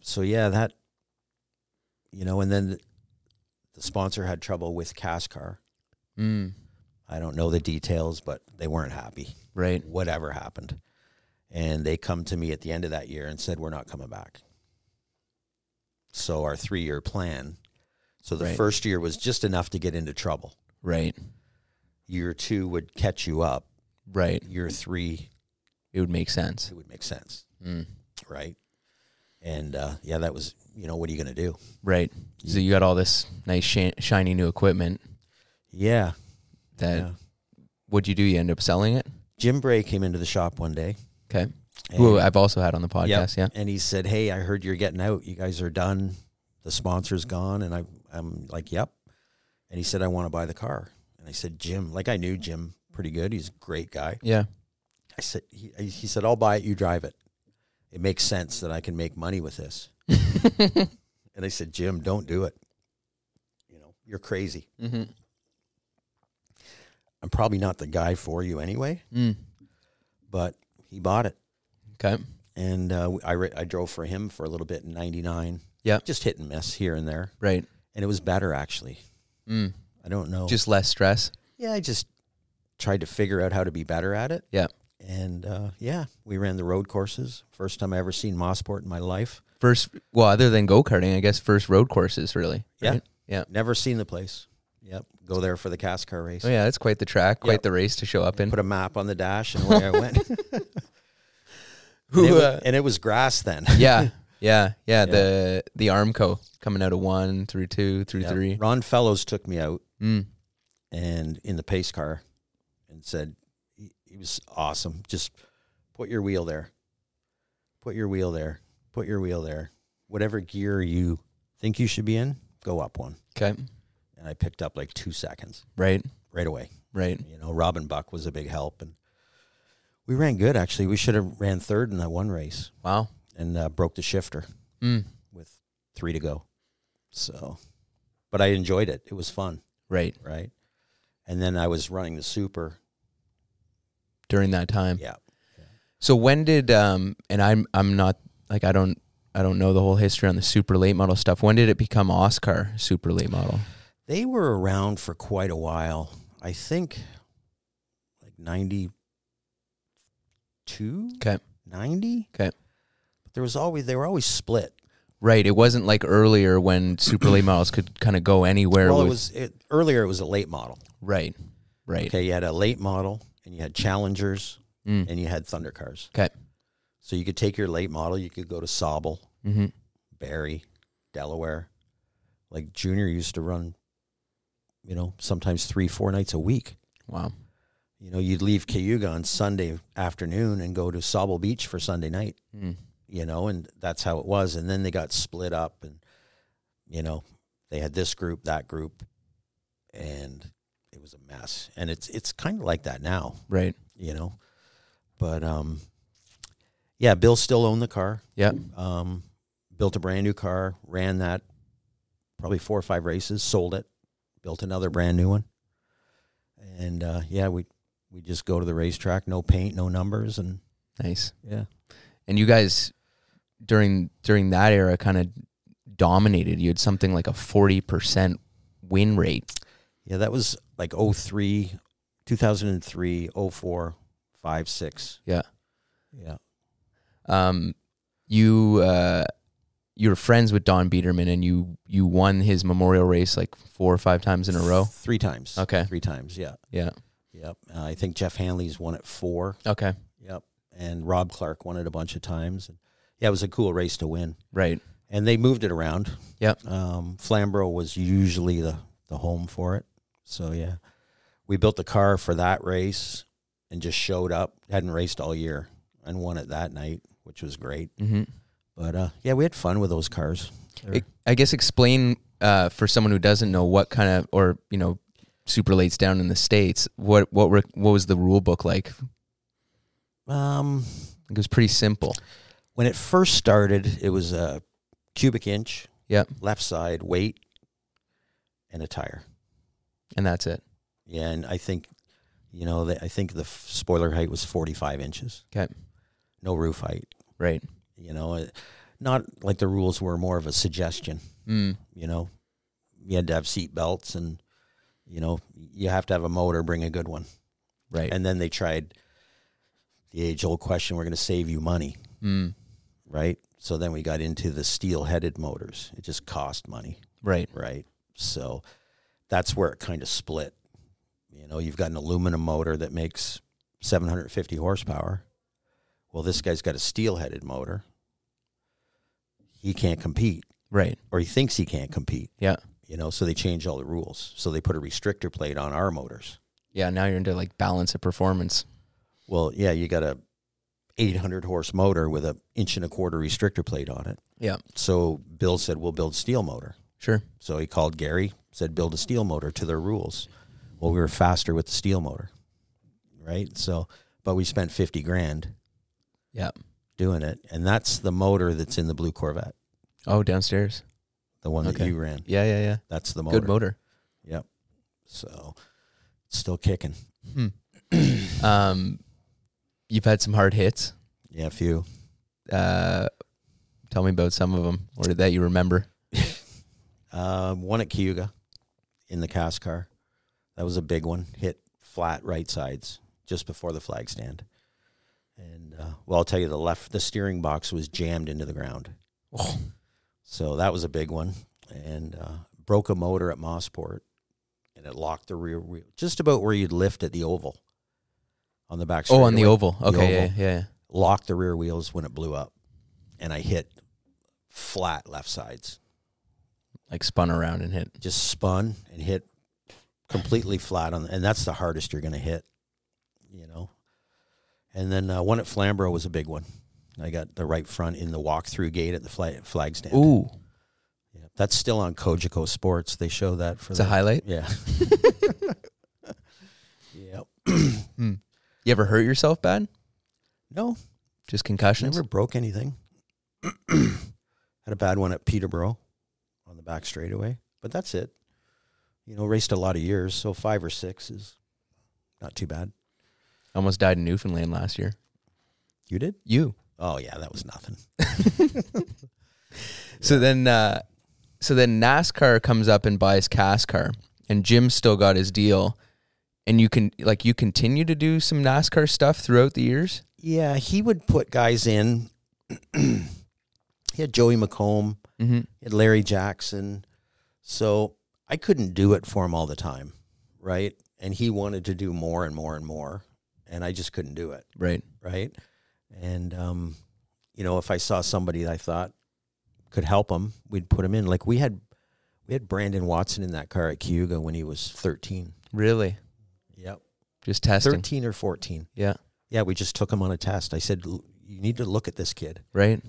Speaker 1: so yeah, that you know, and then the, the sponsor had trouble with Cascar.
Speaker 2: Mm,
Speaker 1: I don't know the details, but they weren't happy.
Speaker 2: right.
Speaker 1: whatever happened. And they come to me at the end of that year and said, We're not coming back. So our three year plan. So the
Speaker 2: Right.
Speaker 1: first year was just enough to get into trouble.
Speaker 2: Right.
Speaker 1: year two would catch you up.
Speaker 2: Right.
Speaker 1: Year three,
Speaker 2: It would make sense.
Speaker 1: it would make sense,
Speaker 2: Mm.
Speaker 1: right? And uh, yeah, that was you know what are you going to do?
Speaker 2: Right. So you got all this nice shi- shiny new equipment
Speaker 1: Yeah,
Speaker 2: that
Speaker 1: yeah.
Speaker 2: what'd you do? You end up selling it?
Speaker 1: Jim Bray came into the shop one day.
Speaker 2: Okay.
Speaker 1: and-
Speaker 2: Who I've also had on the
Speaker 1: Yep.
Speaker 2: podcast. Yeah.
Speaker 1: And he said, "Hey, I heard you're getting out. You guys are done. The sponsor's gone." And I, I'm like, "Yep." And he said, "I want to buy the car." And I said, "Jim, like I knew Jim pretty good. He's a great guy."
Speaker 2: Yeah.
Speaker 1: I said, "He, he said I'll buy it. You drive it. It makes sense that I can make money with this." and I said, "Jim, don't do it. You know, you're crazy.
Speaker 2: Mm-hmm.
Speaker 1: I'm probably not the guy for you anyway."
Speaker 2: Mm.
Speaker 1: But he bought it.
Speaker 2: Okay.
Speaker 1: And uh, I, ri- I drove for him for a little bit in 99.
Speaker 2: Yep.
Speaker 1: Just hit and miss here and there.
Speaker 2: Right.
Speaker 1: and it was better actually.
Speaker 2: Mm.
Speaker 1: I don't know.
Speaker 2: Just less stress.
Speaker 1: yeah, I just tried to figure out how to be better at it.
Speaker 2: Yeah.
Speaker 1: And uh, yeah, we ran the road courses. First time I ever seen Mossport in my life.
Speaker 2: First, well, other than go karting, I guess first road courses really.
Speaker 1: Yeah.
Speaker 2: right? Yeah.
Speaker 1: Never seen the place. Yep. Go there for the cast car race.
Speaker 2: Oh yeah, that's quite the track, quite
Speaker 1: Yep.
Speaker 2: the race to show up in.
Speaker 1: Put a map on the dash and away I went. and, it
Speaker 2: Who,
Speaker 1: was,
Speaker 2: uh,
Speaker 1: and it was grass then.
Speaker 2: yeah, yeah, yeah. The the Armco coming out of one through two through
Speaker 1: Yeah.
Speaker 2: three.
Speaker 1: Ron Fellows took me out
Speaker 2: Mm.
Speaker 1: and in the pace car and said he, he was awesome just put your wheel there put your wheel there put your wheel there whatever gear you think you should be in go up one
Speaker 2: Okay.
Speaker 1: and i picked up like two seconds
Speaker 2: Right.
Speaker 1: right away
Speaker 2: Right.
Speaker 1: you know robin buck was a big help and we ran good actually we should have ran third in that one race
Speaker 2: Wow.
Speaker 1: and uh, broke the shifter
Speaker 2: Mm.
Speaker 1: with three to go so but i enjoyed it it was fun
Speaker 2: Right.
Speaker 1: right and then i was running the super
Speaker 2: During that time.
Speaker 1: yeah
Speaker 2: So when did um and I'm I'm not like I don't I don't know the whole history on the super late model stuff. When did it become Oscar super late model?
Speaker 1: They were around for quite a while. I think like 92,
Speaker 2: Okay.
Speaker 1: 90.
Speaker 2: Okay.
Speaker 1: But there was always, they were always split.
Speaker 2: Right. It wasn't like earlier when super late models could kind of go anywhere.
Speaker 1: well,
Speaker 2: with,
Speaker 1: it was it, earlier, it was a late model.
Speaker 2: right. Right.
Speaker 1: Okay. You had a late model and you had Challengers
Speaker 2: Mm.
Speaker 1: and you had Thunder cars.
Speaker 2: Okay.
Speaker 1: So you could take your late model, you could go to Sobel,
Speaker 2: Mm-hmm.
Speaker 1: Barry, Delaware. Like Junior used to run, you know, sometimes three, four nights a week.
Speaker 2: Wow.
Speaker 1: You know, you'd leave Cayuga on Sunday afternoon and go to Sobel Beach for Sunday night,
Speaker 2: Mm.
Speaker 1: you know, and that's how it was. And then they got split up and, you know, they had this group, that group, and it was a mess. And it's it's kind of like that now,
Speaker 2: Right.
Speaker 1: you know. But um yeah, Bill still owned the car.
Speaker 2: Yeah.
Speaker 1: Um built a brand new car, ran that probably four or five races, sold it, built another brand new one. And uh yeah, we we just go to the racetrack, no paint, no numbers and
Speaker 2: Nice.
Speaker 1: yeah.
Speaker 2: And you guys during during that era kind of dominated. You had something like a 40% win rate.
Speaker 1: Yeah, that was like 03, 2003, 04, 5, 6.
Speaker 2: Yeah.
Speaker 1: Yeah.
Speaker 2: Um you uh you were friends with Don Biederman and you you won his memorial race like four or five times in a row.
Speaker 1: Three times.
Speaker 2: Okay.
Speaker 1: Three times, yeah.
Speaker 2: Yeah.
Speaker 1: Yep. Uh, I think Jeff Hanley's won it four.
Speaker 2: Okay.
Speaker 1: Yep. And Rob Clark won it a bunch of times. And yeah, it was a cool race to win.
Speaker 2: Right.
Speaker 1: And they moved it around.
Speaker 2: Yep.
Speaker 1: Um, Flamborough was usually the, the home for it. So yeah. We built the car for that race and just showed up. Hadn't raced all year and won it that night, which was great.
Speaker 2: Mm-hmm.
Speaker 1: But uh, yeah, we had fun with those cars.
Speaker 2: I, I guess explain uh, for someone who doesn't know what kind of or you know super lates down in the states what what were what was the rule book like
Speaker 1: Um,
Speaker 2: it was pretty simple
Speaker 1: when it first started, it was a cubic inch,
Speaker 2: Yep.
Speaker 1: left side weight, and a tire.
Speaker 2: and that's it
Speaker 1: Yeah, and I think, you know, the, I think the f- spoiler height was forty-five inches.
Speaker 2: Okay.
Speaker 1: No roof height.
Speaker 2: right
Speaker 1: You know, it- not like the rules were more of a suggestion.
Speaker 2: mm.
Speaker 1: You know, you had to have seat belts, and you know, you have to have a motor. Bring a good one.
Speaker 2: right
Speaker 1: And then they tried the age-old question: We're going to save you money.
Speaker 2: mm.
Speaker 1: right? So then we got into the steel headed motors. It just cost money,
Speaker 2: right
Speaker 1: right? So that's where it kind of split. You know, you've got an aluminum motor that makes 750 horsepower. Well, this guy's got a steel-headed motor. He can't compete,
Speaker 2: Right.
Speaker 1: or he thinks he can't compete.
Speaker 2: Yeah.
Speaker 1: You know, so they change all the rules. So they put a restrictor plate on our motors.
Speaker 2: Yeah. Now you're into like balance of performance.
Speaker 1: Well, yeah, you got a 800 horse motor with an inch and a quarter restrictor plate on it.
Speaker 2: Yeah.
Speaker 1: So Bill said, "We'll build steel motor."
Speaker 2: Sure.
Speaker 1: So he called Gary, said, build a steel motor to their rules. Well, we were faster with the steel motor, right? So, but we spent 50 grand
Speaker 2: Yeah.
Speaker 1: doing it. And that's the motor that's in the blue Corvette,
Speaker 2: Oh, downstairs.
Speaker 1: the one that
Speaker 2: Okay.
Speaker 1: you ran.
Speaker 2: Yeah. Yeah. Yeah.
Speaker 1: That's the motor.
Speaker 2: Good motor.
Speaker 1: Yep. So, it's still kicking.
Speaker 2: Um, you've had some hard hits.
Speaker 1: Yeah, a few.
Speaker 2: Uh, tell me about some of them or that you remember.
Speaker 1: Um, one at Cayuga in the cast car. That was a big one. Hit flat right sides just before the flag stand. And uh, well, I'll tell you, the left, the steering box was jammed into the ground.
Speaker 2: Oh.
Speaker 1: So that was a big one. And uh, broke a motor at Mossport and it locked the rear wheel just about where you'd lift at the oval on the back.
Speaker 2: Oh, on the
Speaker 1: straightaway.
Speaker 2: oval. Okay.
Speaker 1: oval.
Speaker 2: Yeah, yeah.
Speaker 1: Locked the rear wheels when it blew up. And I hit flat left sides
Speaker 2: Like spun around and hit.
Speaker 1: just spun and hit completely flat on, and that's the hardest you're going to hit, you know. And then uh, one at Flamborough was a big one. I got the right front in the walk-through gate at the flag, flag stand.
Speaker 2: Ooh.
Speaker 1: Yeah. That's still on Kojiko Sports. They show that for
Speaker 2: It's
Speaker 1: the
Speaker 2: a highlight.
Speaker 1: Yeah. yep.
Speaker 2: You ever hurt yourself bad?
Speaker 1: No,
Speaker 2: Just concussions?
Speaker 1: never broke anything. Had a bad one at Peterborough on the back straightaway, but that's it. You know, raced a lot of years, so five or six is not too bad.
Speaker 2: Almost died in Newfoundland last year.
Speaker 1: You did?
Speaker 2: You.
Speaker 1: Oh yeah, that was nothing.
Speaker 2: So then, uh, so then NASCAR comes up and buys CASCAR, and Jim's still got his deal, and you can like you continue to do some NASCAR stuff throughout the years.
Speaker 1: Yeah, he would put guys in. he had Joey McComb,
Speaker 2: Mm-hmm.
Speaker 1: he had Larry Jackson. So I couldn't do it for him all the time, right? And he wanted to do more and more and more, and I just couldn't do it,
Speaker 2: Right.
Speaker 1: right? And um, you know, if I saw somebody that I thought could help him, we'd put him in. Like we had, we had Brandon Watson in that car at Cayuga when he was thirteen.
Speaker 2: Really.
Speaker 1: Yep,
Speaker 2: Just testing.
Speaker 1: thirteen or fourteen.
Speaker 2: Yeah.
Speaker 1: Yeah, we just took him on a test. I said, "L- you need to look at this kid,
Speaker 2: Right.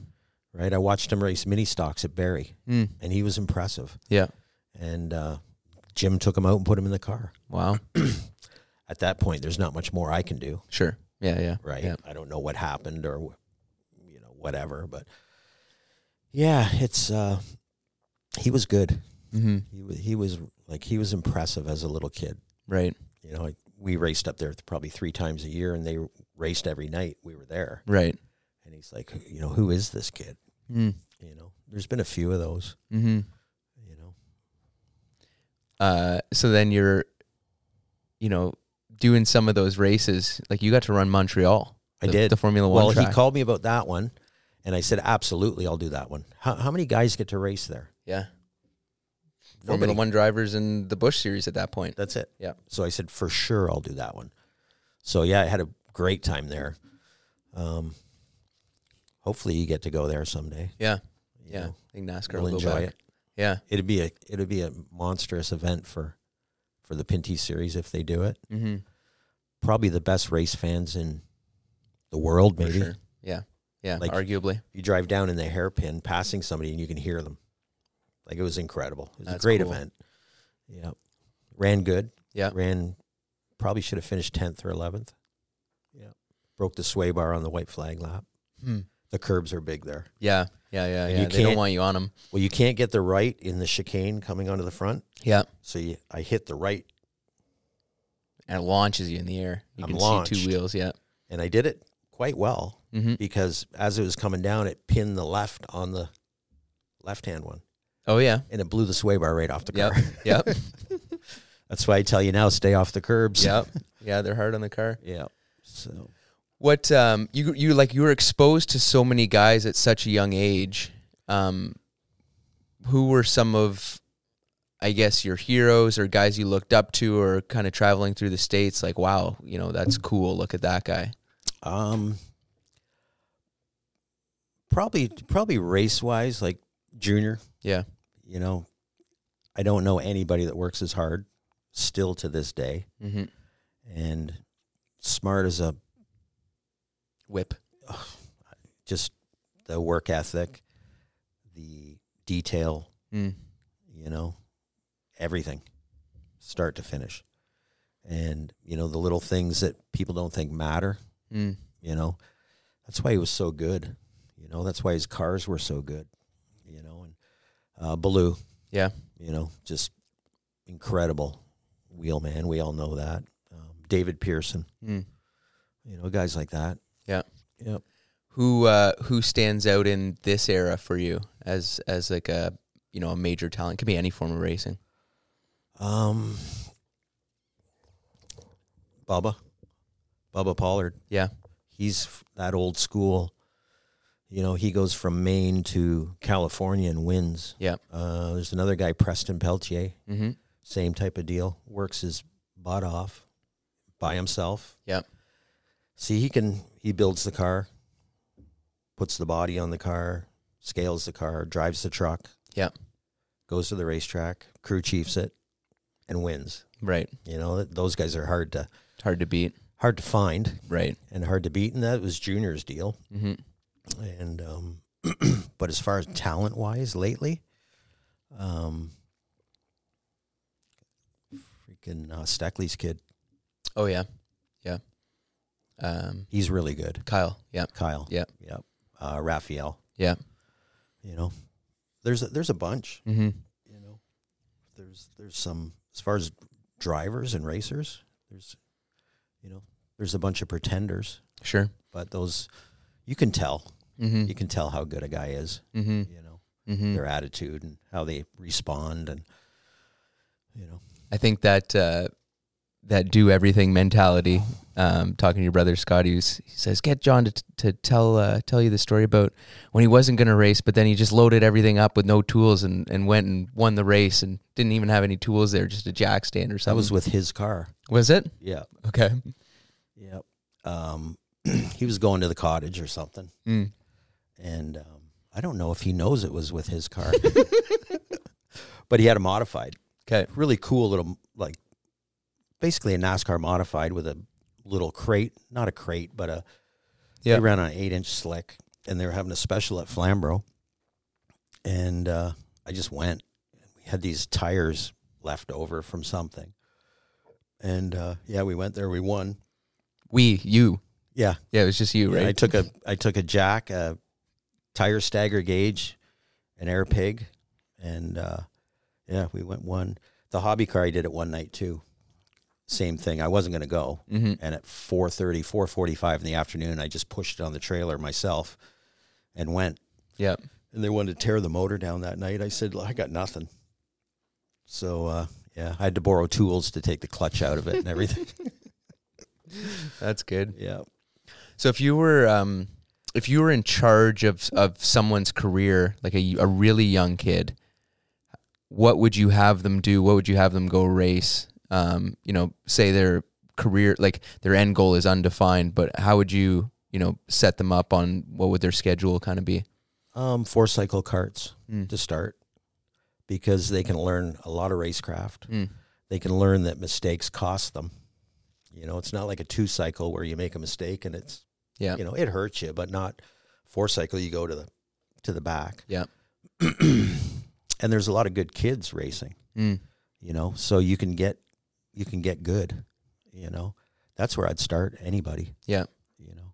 Speaker 1: right? I watched him race mini stocks at Barry,
Speaker 2: Mm.
Speaker 1: and he was impressive.
Speaker 2: Yeah.
Speaker 1: And uh, Jim took him out and put him in the car.
Speaker 2: Wow.
Speaker 1: At that point, there's not much more I can do,
Speaker 2: Sure. Yeah. Yeah.
Speaker 1: right?
Speaker 2: Yeah.
Speaker 1: I don't know what happened or, wh- you know, whatever. But yeah, it's uh, he was good.
Speaker 2: Mm-hmm.
Speaker 1: He was he was like he was impressive as a little kid.
Speaker 2: Right.
Speaker 1: You know, we raced up there probably three times a year, and they raced every night. We were there,
Speaker 2: Right.
Speaker 1: and he's like, you know, who is this kid?
Speaker 2: Mm.
Speaker 1: You know, there's been a few of those.
Speaker 2: Hmm.
Speaker 1: You know,
Speaker 2: Uh. So then you're, you know, doing some of those races. Like you got to run Montreal.
Speaker 1: I
Speaker 2: the-
Speaker 1: did.
Speaker 2: the Formula One
Speaker 1: well,
Speaker 2: track.
Speaker 1: he called me about that one, and I said, absolutely, I'll do that one. How, how many guys get to race there?
Speaker 2: yeah. Formula
Speaker 1: Nobody.
Speaker 2: One drivers in the Bush series at that point.
Speaker 1: That's it.
Speaker 2: Yeah.
Speaker 1: So I said, for sure, I'll do that one. So yeah, I had a great time there. Um, hopefully, you get to go there someday.
Speaker 2: Yeah.
Speaker 1: you
Speaker 2: Yeah.
Speaker 1: know.
Speaker 2: I think NASCAR
Speaker 1: we'll
Speaker 2: will go
Speaker 1: enjoy
Speaker 2: back.
Speaker 1: it.
Speaker 2: Yeah.
Speaker 1: It'd be a it'd be a monstrous event for for the Pinty series if they do it.
Speaker 2: Mm-hmm.
Speaker 1: Probably the best race fans in the world,
Speaker 2: For
Speaker 1: maybe.
Speaker 2: sure. Yeah. Yeah.
Speaker 1: Like-
Speaker 2: arguably.
Speaker 1: you drive down in the hairpin passing somebody and you can hear them. Like it was incredible. It was
Speaker 2: That's
Speaker 1: a great
Speaker 2: cool.
Speaker 1: event. Yeah. Ran good.
Speaker 2: Yeah.
Speaker 1: Ran probably should have finished 10th or 11th. Yeah. Broke the sway bar on the white flag lap.
Speaker 2: Hmm.
Speaker 1: The curbs are big there.
Speaker 2: Yeah. Yeah. Yeah.
Speaker 1: And
Speaker 2: Yeah.
Speaker 1: you
Speaker 2: They don't
Speaker 1: can't-
Speaker 2: want you on them.
Speaker 1: Well, you can't get the right in the chicane coming onto the front.
Speaker 2: Yeah.
Speaker 1: So you, I hit the right
Speaker 2: And it launches you in the air. You
Speaker 1: I'm
Speaker 2: can see
Speaker 1: launched.
Speaker 2: two wheels. Yeah.
Speaker 1: and I did it quite well
Speaker 2: Mm-hmm.
Speaker 1: because as it was coming down, it pinned the left on the left hand one
Speaker 2: Oh yeah.
Speaker 1: and it blew the sway bar right off the
Speaker 2: Yep.
Speaker 1: car.
Speaker 2: Yep.
Speaker 1: That's why I tell you now stay off the curbs.
Speaker 2: yep. Yeah. They're hard on the car.
Speaker 1: Yeah. So
Speaker 2: What um you you like you were exposed to so many guys at such a young age. Um, who were some of I guess your heroes or guys you looked up to or kind of traveling through the states like wow, you know, that's cool. Look at that guy.
Speaker 1: Um, probably probably race wise, like junior.
Speaker 2: Yeah.
Speaker 1: You know, I don't know anybody that works as hard still to this day
Speaker 2: Mm-hmm.
Speaker 1: and smart as a
Speaker 2: Whip.
Speaker 1: just the work ethic, the detail,
Speaker 2: Mm.
Speaker 1: you know, everything, start to finish, and you know the little things that people don't think matter.
Speaker 2: Mm.
Speaker 1: you know that's why he was so good you know that's why his cars were so good you know and uh baloo
Speaker 2: Yeah.
Speaker 1: you know just incredible wheelman we all know that um, david pearson
Speaker 2: Mm.
Speaker 1: you know guys like that
Speaker 2: Yeah.
Speaker 1: yep
Speaker 2: Who uh, who stands out in this era for you as as like a you know a major talent? Could be any form of racing.
Speaker 1: um bubba bubba pollard
Speaker 2: Yeah.
Speaker 1: he's f- that old school you know he goes from maine to california and wins
Speaker 2: Yeah.
Speaker 1: uh, there's another guy preston peltier
Speaker 2: Mm-hmm.
Speaker 1: same type of deal. Works his butt off by himself.
Speaker 2: Yep.
Speaker 1: See, he can he builds the car, puts the body on the car, scales the car, drives the truck.
Speaker 2: Yep.
Speaker 1: Goes to the racetrack, crew chiefs it, and wins.
Speaker 2: Right.
Speaker 1: You know th- those guys are hard to
Speaker 2: It's hard to beat.
Speaker 1: hard to find
Speaker 2: Right.
Speaker 1: and hard to beat, and that was Junior's deal.
Speaker 2: Mm-hmm.
Speaker 1: And um, but as far as talent wise, lately, um, freaking uh, Steckley's kid.
Speaker 2: Oh yeah. Yeah. Um,
Speaker 1: He's really good.
Speaker 2: Kyle. Yeah.
Speaker 1: Kyle.
Speaker 2: Yeah.
Speaker 1: Yep. Uh, Raphael.
Speaker 2: Yeah.
Speaker 1: You know, there's a, there's a bunch.
Speaker 2: Mm-hmm.
Speaker 1: You know, there's there's some as far as drivers and racers. There's, you know, there's a bunch of pretenders,
Speaker 2: Sure.
Speaker 1: but those you can tell.
Speaker 2: Mm-hmm.
Speaker 1: You can tell how good a guy is.
Speaker 2: Mm-hmm.
Speaker 1: You know,
Speaker 2: Mm-hmm.
Speaker 1: their attitude and how they respond, and you know,
Speaker 2: I think that uh, that do everything mentality. Um, talking to your brother Scott, he, was, he says, "Get John to, to tell uh, tell you the story about when he wasn't going to race, but then he just loaded everything up with no tools and, and went and won the race and didn't even have any tools there, just a jack stand or
Speaker 1: that
Speaker 2: something."
Speaker 1: was with his car.
Speaker 2: was it
Speaker 1: Yeah.
Speaker 2: okay?
Speaker 1: Yep. Um, he was going to the cottage or something.
Speaker 2: Mm.
Speaker 1: and um, I don't know if he knows it was with his car, but he had a modified,
Speaker 2: Okay,
Speaker 1: really cool little like, basically a NASCAR modified with a little crate, not a crate, but a
Speaker 2: Yeah.
Speaker 1: they ran on an eight inch slick, and they were having a special at Flamborough, and uh, I just went. We had these tires left over from something, and uh, yeah, we went there. We won.
Speaker 2: we you
Speaker 1: Yeah,
Speaker 2: yeah, it was just you,
Speaker 1: yeah,
Speaker 2: right?
Speaker 1: I took a I took a jack, a tire stagger gauge, an air pig, and uh, yeah, we went one. The hobby car I did it one night too. Same thing. I wasn't going to go,
Speaker 2: mm-hmm.
Speaker 1: and at 4.30, 4.45 in the afternoon, I just pushed it on the trailer myself and went.
Speaker 2: yeah,
Speaker 1: And they wanted to tear the motor down that night. I said, "Look, I got nothing. So uh, yeah, I had to borrow tools to take the clutch out of it and everything.
Speaker 2: that's good.
Speaker 1: yeah.
Speaker 2: So if you were um, if you were in charge of of someone's career, like a a really young kid, what would you have them do? What would you have them go race? Um, you know, say their career, like their end goal is undefined, but how would you, you know, set them up on what would their schedule kind of be?
Speaker 1: Um, four cycle carts
Speaker 2: Mm.
Speaker 1: to start because they can learn a lot of racecraft.
Speaker 2: Mm.
Speaker 1: They can learn that mistakes cost them. You know, it's not like a two cycle where you make a mistake and it's
Speaker 2: Yeah.
Speaker 1: you know, it hurts you, but not four cycle you go to the to the back.
Speaker 2: Yeah.
Speaker 1: and there's a lot of good kids racing,
Speaker 2: Mm.
Speaker 1: you know, so you can get you can get good, you know. That's where I'd start anybody.
Speaker 2: Yeah.
Speaker 1: You know.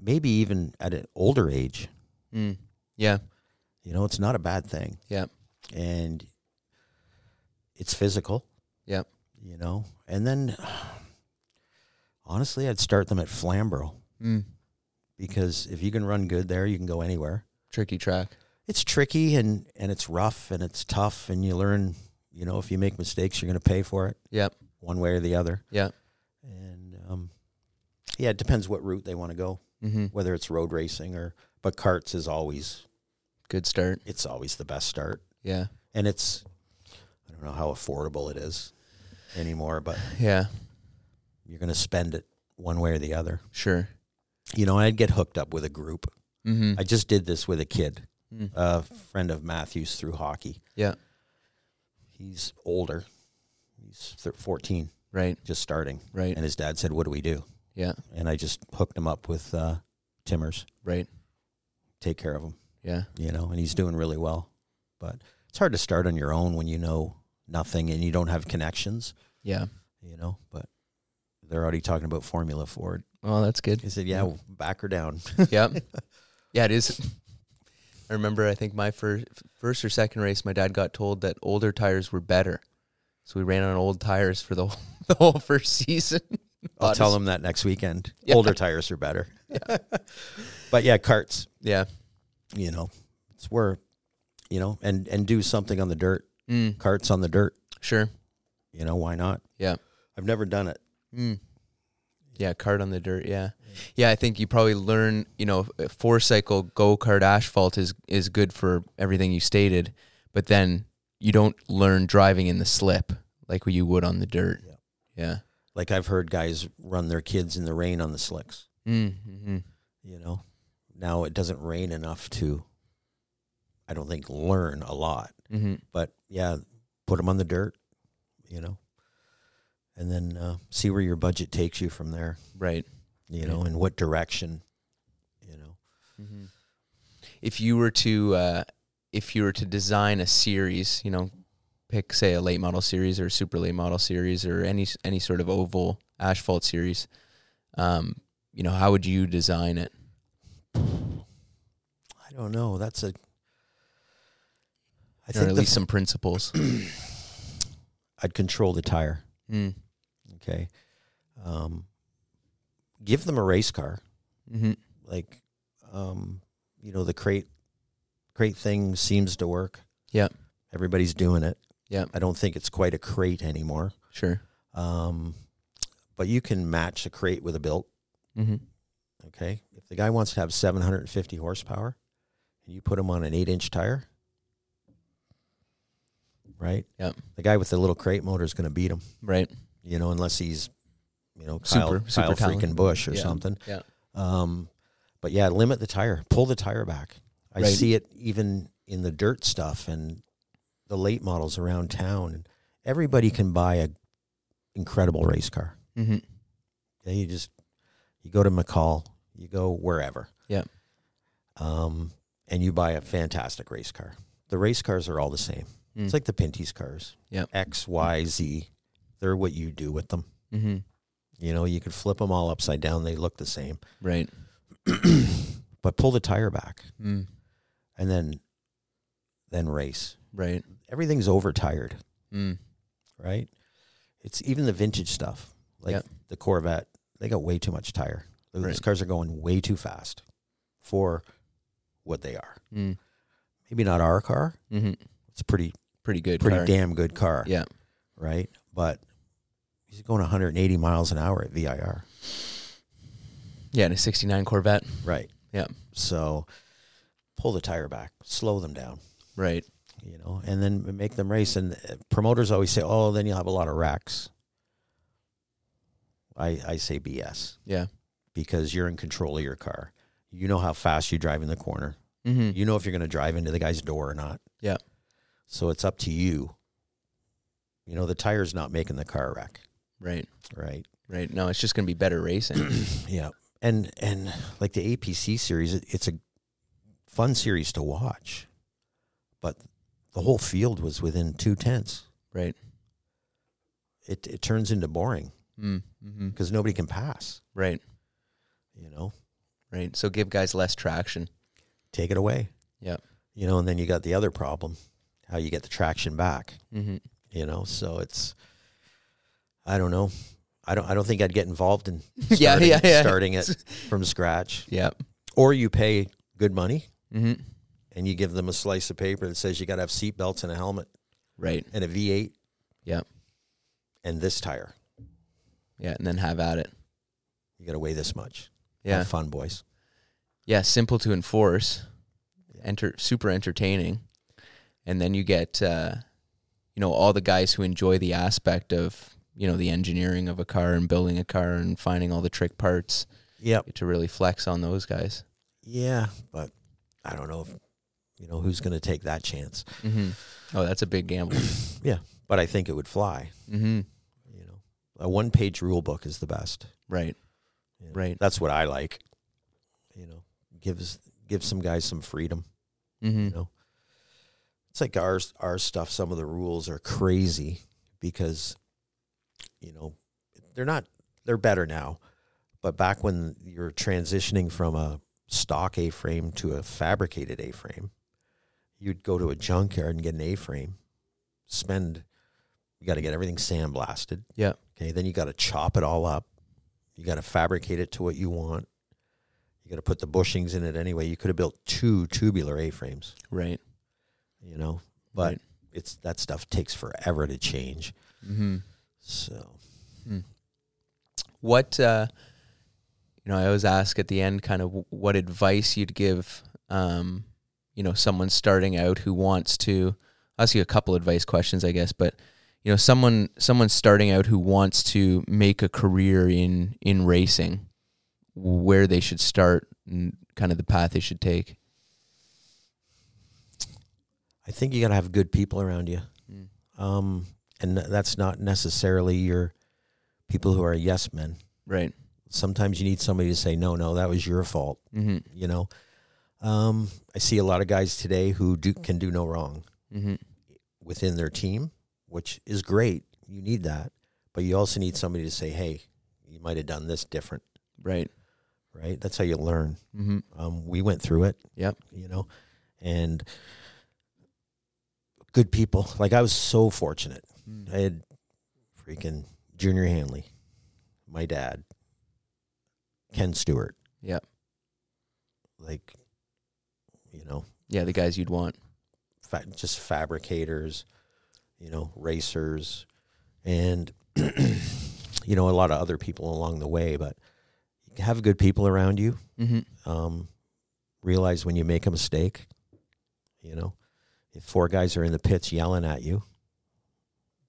Speaker 1: Maybe even at an older age,
Speaker 2: Mm. Yeah.
Speaker 1: you know, it's not a bad thing.
Speaker 2: Yeah.
Speaker 1: And it's physical.
Speaker 2: Yeah.
Speaker 1: You know, and then honestly, I'd start them at Flamborough
Speaker 2: Mm.
Speaker 1: because if you can run good there, you can go anywhere.
Speaker 2: Tricky track.
Speaker 1: It's tricky and, and it's rough and it's tough. And you learn, you know, if you make mistakes, you're going to pay for it
Speaker 2: Yeah.
Speaker 1: one way or the other.
Speaker 2: Yeah.
Speaker 1: And um, yeah, it depends what route they want to go,
Speaker 2: Mm-hmm.
Speaker 1: whether it's road racing or, but carts is always,
Speaker 2: Good start.
Speaker 1: it's always the best start.
Speaker 2: Yeah.
Speaker 1: and it's I don't know how affordable it is anymore, but
Speaker 2: Yeah,
Speaker 1: you're going to spend it one way or the other.
Speaker 2: sure.
Speaker 1: You know, I'd get hooked up with a group.
Speaker 2: Mm-hmm.
Speaker 1: I just did this with a kid,
Speaker 2: Mm.
Speaker 1: a friend of Matthew's through hockey.
Speaker 2: Yeah.
Speaker 1: He's older. He's thir 14,
Speaker 2: Right,
Speaker 1: just starting.
Speaker 2: right.
Speaker 1: And his dad said, "What do we do?"
Speaker 2: Yeah,
Speaker 1: And I just hooked him up with uh, Timmers.
Speaker 2: right.
Speaker 1: Take care of him,
Speaker 2: Yeah,
Speaker 1: you know. And he's doing really well. But it's hard to start on your own when you know nothing and you don't have connections,
Speaker 2: yeah.
Speaker 1: you know. But they're already talking about formula for it.
Speaker 2: Oh, that's good.
Speaker 1: He said, "Yeah, well, back her down."
Speaker 2: yep. Yeah, it is. I remember. I think my first, first or second race, my dad got told that older tires were better, so we ran on old tires for the whole, the whole first season.
Speaker 1: I'll
Speaker 2: Bodies.
Speaker 1: tell him that next weekend.
Speaker 2: Yeah.
Speaker 1: Older tires are better. but yeah, carts.
Speaker 2: Yeah.
Speaker 1: You know, it's where, you know, and and do something on the dirt.
Speaker 2: Mm,
Speaker 1: Carts on the dirt.
Speaker 2: sure.
Speaker 1: You know, why not?
Speaker 2: Yeah.
Speaker 1: I've never done it.
Speaker 2: Mm. Yeah, cart on the dirt. Yeah, yeah. I think you probably learn. You know, a four cycle go kart asphalt is is good for everything you stated, but then you don't learn driving in the slip like you would on the dirt.
Speaker 1: Yeah.
Speaker 2: Yeah.
Speaker 1: Like I've heard guys run their kids in the rain on the slicks.
Speaker 2: Mm, mm-hmm.
Speaker 1: You know, now it doesn't rain enough to, I don't think learn a lot.
Speaker 2: Mm-hmm.
Speaker 1: But yeah, put them on the dirt. You know, and then uh, see where your budget takes you from there.
Speaker 2: Right.
Speaker 1: you know, in what direction, you know.
Speaker 2: Mm-hmm. If you were to, uh, if you were to design a series, you know, pick say a late model series or a super late model series or any any sort of oval asphalt series, um, you know, how would you design it?
Speaker 1: I don't know. That's a. I
Speaker 2: Or at
Speaker 1: think the,
Speaker 2: least some principles.
Speaker 1: I'd control the tire.
Speaker 2: mm.
Speaker 1: Okay, um, give them a race car,
Speaker 2: mm-hmm.
Speaker 1: like, um, you know, the crate, crate thing seems to work.
Speaker 2: Yeah.
Speaker 1: everybody's doing it.
Speaker 2: Yeah.
Speaker 1: I don't think it's quite a crate anymore.
Speaker 2: Sure.
Speaker 1: Um, but you can match a crate with a built.
Speaker 2: Mm-hmm.
Speaker 1: Okay, if the guy wants to have 750 horsepower, and you put him on an eight-inch tire, right?
Speaker 2: Yep.
Speaker 1: The guy with the little crate motor is going to beat him,
Speaker 2: Right.
Speaker 1: you know, unless he's, you know, Kyle,
Speaker 2: Super- super
Speaker 1: Kyle freaking
Speaker 2: talented.
Speaker 1: Bush or
Speaker 2: Yeah.
Speaker 1: something.
Speaker 2: Yeah.
Speaker 1: Um, but yeah, limit the tire, pull the tire back. I
Speaker 2: Right.
Speaker 1: see it even in the dirt stuff and the late models around town. Everybody can buy a incredible race car.
Speaker 2: Mm-hmm.
Speaker 1: Yeah, you just you go to McCall, you go wherever.
Speaker 2: Yep.
Speaker 1: Um, and you buy a fantastic race car. The race cars are all the same.
Speaker 2: Mm.
Speaker 1: It's like the Pinty's cars.
Speaker 2: Yep.
Speaker 1: X, Y, Z. They're what you do with them.
Speaker 2: Mm-hmm.
Speaker 1: You know, you could flip them all upside down. They look the same.
Speaker 2: Right.
Speaker 1: but pull the tire back
Speaker 2: Mm.
Speaker 1: and then then race.
Speaker 2: Right.
Speaker 1: Everything's overtired,
Speaker 2: Mm.
Speaker 1: right? It's even the vintage stuff, like
Speaker 2: Yep.
Speaker 1: the Corvette. They got way too much tire. These
Speaker 2: Right.
Speaker 1: cars are going way too fast for what they are.
Speaker 2: Mm.
Speaker 1: maybe not our car.
Speaker 2: Mm-hmm.
Speaker 1: It's a pretty
Speaker 2: Pretty good.
Speaker 1: pretty
Speaker 2: car.
Speaker 1: damn good car,
Speaker 2: Yeah.
Speaker 1: right? But he's going 180 miles an hour at VIR,
Speaker 2: Yeah. And a '69 Corvette.
Speaker 1: right?
Speaker 2: Yeah.
Speaker 1: So pull the tire back, slow them down,
Speaker 2: Right.
Speaker 1: you know, and then make them race. And uh, promoters always say, "Oh, then you'll have a lot of wrecks." I I say BS
Speaker 2: Yeah.
Speaker 1: because you're in control of your car. You know how fast you drive in the corner.
Speaker 2: Mm-hmm.
Speaker 1: You know if you're going to drive into the guy's door or not.
Speaker 2: Yeah.
Speaker 1: So it's up to you. You know, the tire's not making the car wreck,
Speaker 2: Right.
Speaker 1: right?
Speaker 2: Right. No, it's just going to be better racing.
Speaker 1: Yeah. And and like the APC series, it, it's a fun series to watch. But the whole field was within two tenths.
Speaker 2: right.
Speaker 1: It it turns into boring
Speaker 2: Mm. Mm-hmm.
Speaker 1: because nobody can pass,
Speaker 2: Right.
Speaker 1: you know.
Speaker 2: Right. So give guys less traction.
Speaker 1: Take it away.
Speaker 2: Yeah.
Speaker 1: You know, and then you got the other problem, how you get the traction back.
Speaker 2: Mm-hmm.
Speaker 1: you know so it's i don't know i don't i don't think i'd get involved in starting,
Speaker 2: Yeah, yeah, yeah.
Speaker 1: starting it from scratch
Speaker 2: Yeah.
Speaker 1: or you pay good money
Speaker 2: Mm-hmm.
Speaker 1: and you give them a slice of paper that says you got to have seat belts and a helmet
Speaker 2: Right.
Speaker 1: and a v8
Speaker 2: Yeah.
Speaker 1: and this tire
Speaker 2: Yeah. And then have at it.
Speaker 1: you got to weigh this much
Speaker 2: Yeah.
Speaker 1: have fun boys
Speaker 2: Yeah, simple to enforce,
Speaker 1: Yeah.
Speaker 2: enter super entertaining, and then you get uh, you know all the guys who enjoy the aspect of you know the engineering of a car and building a car and finding all the trick parts
Speaker 3: Yep.
Speaker 2: get to really flex on those guys
Speaker 1: Yeah, but I don't know if you know who's going to take that chance.
Speaker 2: mm-hmm. oh that's a big gamble
Speaker 1: But I think it would fly.
Speaker 2: mm-hmm.
Speaker 1: You know, a one-page rule book is the best.
Speaker 2: right
Speaker 1: you know.
Speaker 2: right
Speaker 1: That's what I like. You know, gives gives some guys some freedom.
Speaker 2: mm-hmm.
Speaker 1: You know, it's like our our stuff. Some of the rules are crazy because, you know, they're not they're better now, but back when you're transitioning from a stock A-frame to a fabricated A-frame, you'd go to a junkyard and get an A-frame, spend. You got to get everything sandblasted.
Speaker 2: yeah
Speaker 1: Okay, then you got to chop it all up. You got to fabricate it to what you want. You got to put the bushings in it anyway. You could have built two tubular A-frames,
Speaker 2: right
Speaker 1: you know, but
Speaker 2: Right.
Speaker 1: it's that stuff takes forever to change.
Speaker 2: mm-hmm.
Speaker 1: So
Speaker 2: what uh, you know i always ask at the end kind of w- what advice you'd give um, you know someone starting out who wants to i'll ask you a couple advice questions i guess but you know someone someone starting out who wants to make a career in in racing where they should start and kind of the path they should take
Speaker 1: I think you got to have good people around you.
Speaker 2: Mm.
Speaker 1: Um, and th- that's not necessarily your people who are yes men.
Speaker 2: right
Speaker 1: Sometimes you need somebody to say, no, no, that was your fault.
Speaker 2: mm-hmm
Speaker 1: You know, um, I see a lot of guys today who do, can do no wrong.
Speaker 2: mm-hmm
Speaker 1: within their team, which is great. You need that, but you also need somebody to say, "Hey, you might have done this different."
Speaker 2: right
Speaker 1: Right? That's how you learn.
Speaker 2: mm-hmm
Speaker 1: Um, we went through it.
Speaker 2: Yep.
Speaker 1: You know, and good people. Like I was so fortunate. I had freaking Junior Hanley, my dad, Ken Stewart.
Speaker 2: Yep.
Speaker 1: Like, you know,
Speaker 2: yeah the guys you'd want
Speaker 1: fa- just fabricators, you know, racers, and you know a lot of other people along the way. But have good people around you.
Speaker 2: mm-hmm
Speaker 1: Um, realize when you make a mistake. You know, if four guys are in the pits yelling at you,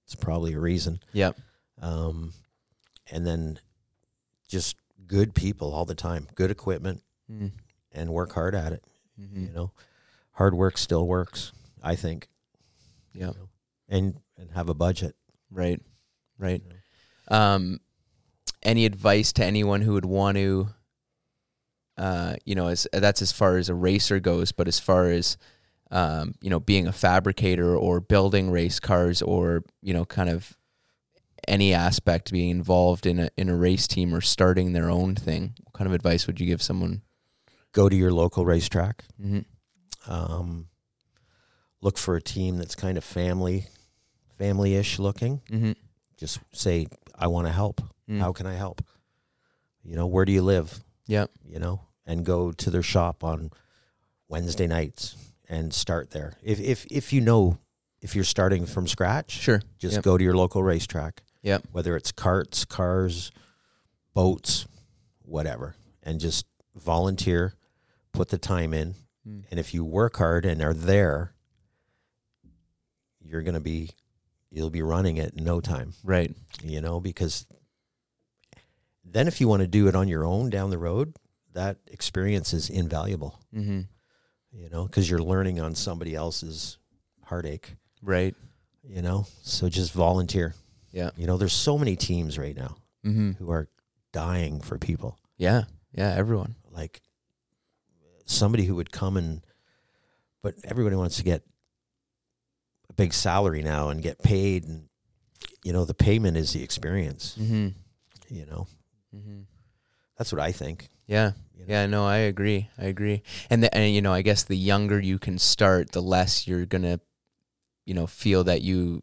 Speaker 1: it's probably a reason.
Speaker 2: yeah
Speaker 1: Um, and then just good people all the time, good equipment,
Speaker 2: mm-hmm.
Speaker 1: and work hard at it.
Speaker 2: Mm.
Speaker 1: You know, hard work still works. I think.
Speaker 2: yeah
Speaker 1: and and have a budget.
Speaker 2: Right. Right. Um any advice to anyone who would want to uh you know as that's as far as a racer goes, but as far as um you know being a fabricator or building race cars or you know kind of any aspect being involved in a in a race team or starting their own thing. What kind of advice would you give someone?
Speaker 1: Go to your local racetrack.
Speaker 2: Mm-hmm.
Speaker 1: Um, look for a team that's kind of family, family-ish looking.
Speaker 2: Mm-hmm.
Speaker 1: Just say, "I want to help.
Speaker 2: Mm.
Speaker 1: How can I help?" You know, where do you live?
Speaker 2: Yep.
Speaker 1: You know, and go to their shop on Wednesday nights and start there. If if if you know if you're starting from scratch,
Speaker 2: Sure.
Speaker 1: just
Speaker 2: Yep.
Speaker 1: go to your local racetrack.
Speaker 2: Yep.
Speaker 1: Whether it's carts, cars, boats, whatever, and just volunteer, put the time in,
Speaker 2: Mm.
Speaker 1: and if you work hard and are there, you're going to be you'll be running it in no time,
Speaker 2: Right.
Speaker 1: you know, because then if you want to do it on your own down the road, that experience is invaluable,
Speaker 2: Mm-hmm.
Speaker 1: you know, cuz you're learning on somebody else's heartache,
Speaker 2: Right.
Speaker 1: you know? So just volunteer.
Speaker 2: Yeah.
Speaker 1: You know, there's so many teams right now
Speaker 2: Mm-hmm.
Speaker 1: who are dying for people.
Speaker 2: Yeah. Yeah. Everyone.
Speaker 1: Like somebody who would come and, but everybody wants to get a big salary now and get paid. And, you know, the payment is the experience,
Speaker 2: Mm-hmm.
Speaker 1: you know,
Speaker 2: Mm-hmm.
Speaker 1: that's what I think.
Speaker 2: Yeah.
Speaker 1: You know?
Speaker 2: Yeah, no, I agree. I agree. And the, and you know, I guess the younger you can start, the less you're gonna, you know, feel that you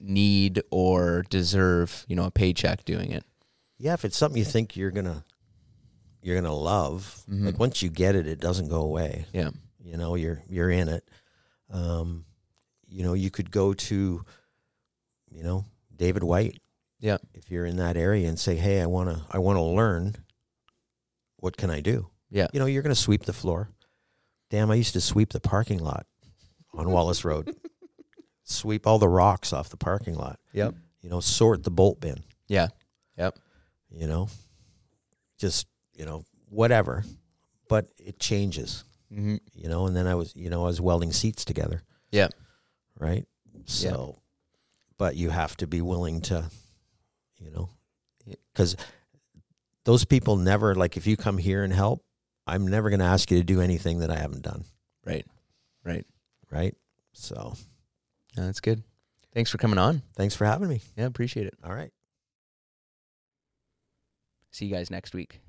Speaker 2: need or deserve, you know, a paycheck doing it.
Speaker 1: Yeah. If it's something you think you're going to, you're going to love,
Speaker 2: Mhm.
Speaker 1: like once you get it, it doesn't go away.
Speaker 2: Yeah.
Speaker 1: you know you're you're in it um you know you could go to you know david white
Speaker 2: Yeah.
Speaker 1: if you're in that area and say hey i want to i want to learn what can i do
Speaker 2: Yeah.
Speaker 1: you know you're going to sweep the floor damn i used to sweep the parking lot on wallace road sweep all the rocks off the parking lot.
Speaker 2: Yep.
Speaker 1: You know, sort the bolt bin.
Speaker 2: Yeah. Yep.
Speaker 1: You know, just you know whatever, but it changes.
Speaker 2: Mm-hmm.
Speaker 1: You know, and then I was you know I was welding seats together.
Speaker 2: Yep.
Speaker 1: Right. So, but you have to be willing to, you know, because those people never like if you come here and help, I'm never going to ask you to do anything that I haven't done.
Speaker 2: Right. Right.
Speaker 1: Right. So,
Speaker 2: No, that's good. Thanks for coming on.
Speaker 1: thanks for having me.
Speaker 2: Yeah, appreciate it.
Speaker 1: All right.
Speaker 2: See you guys next week.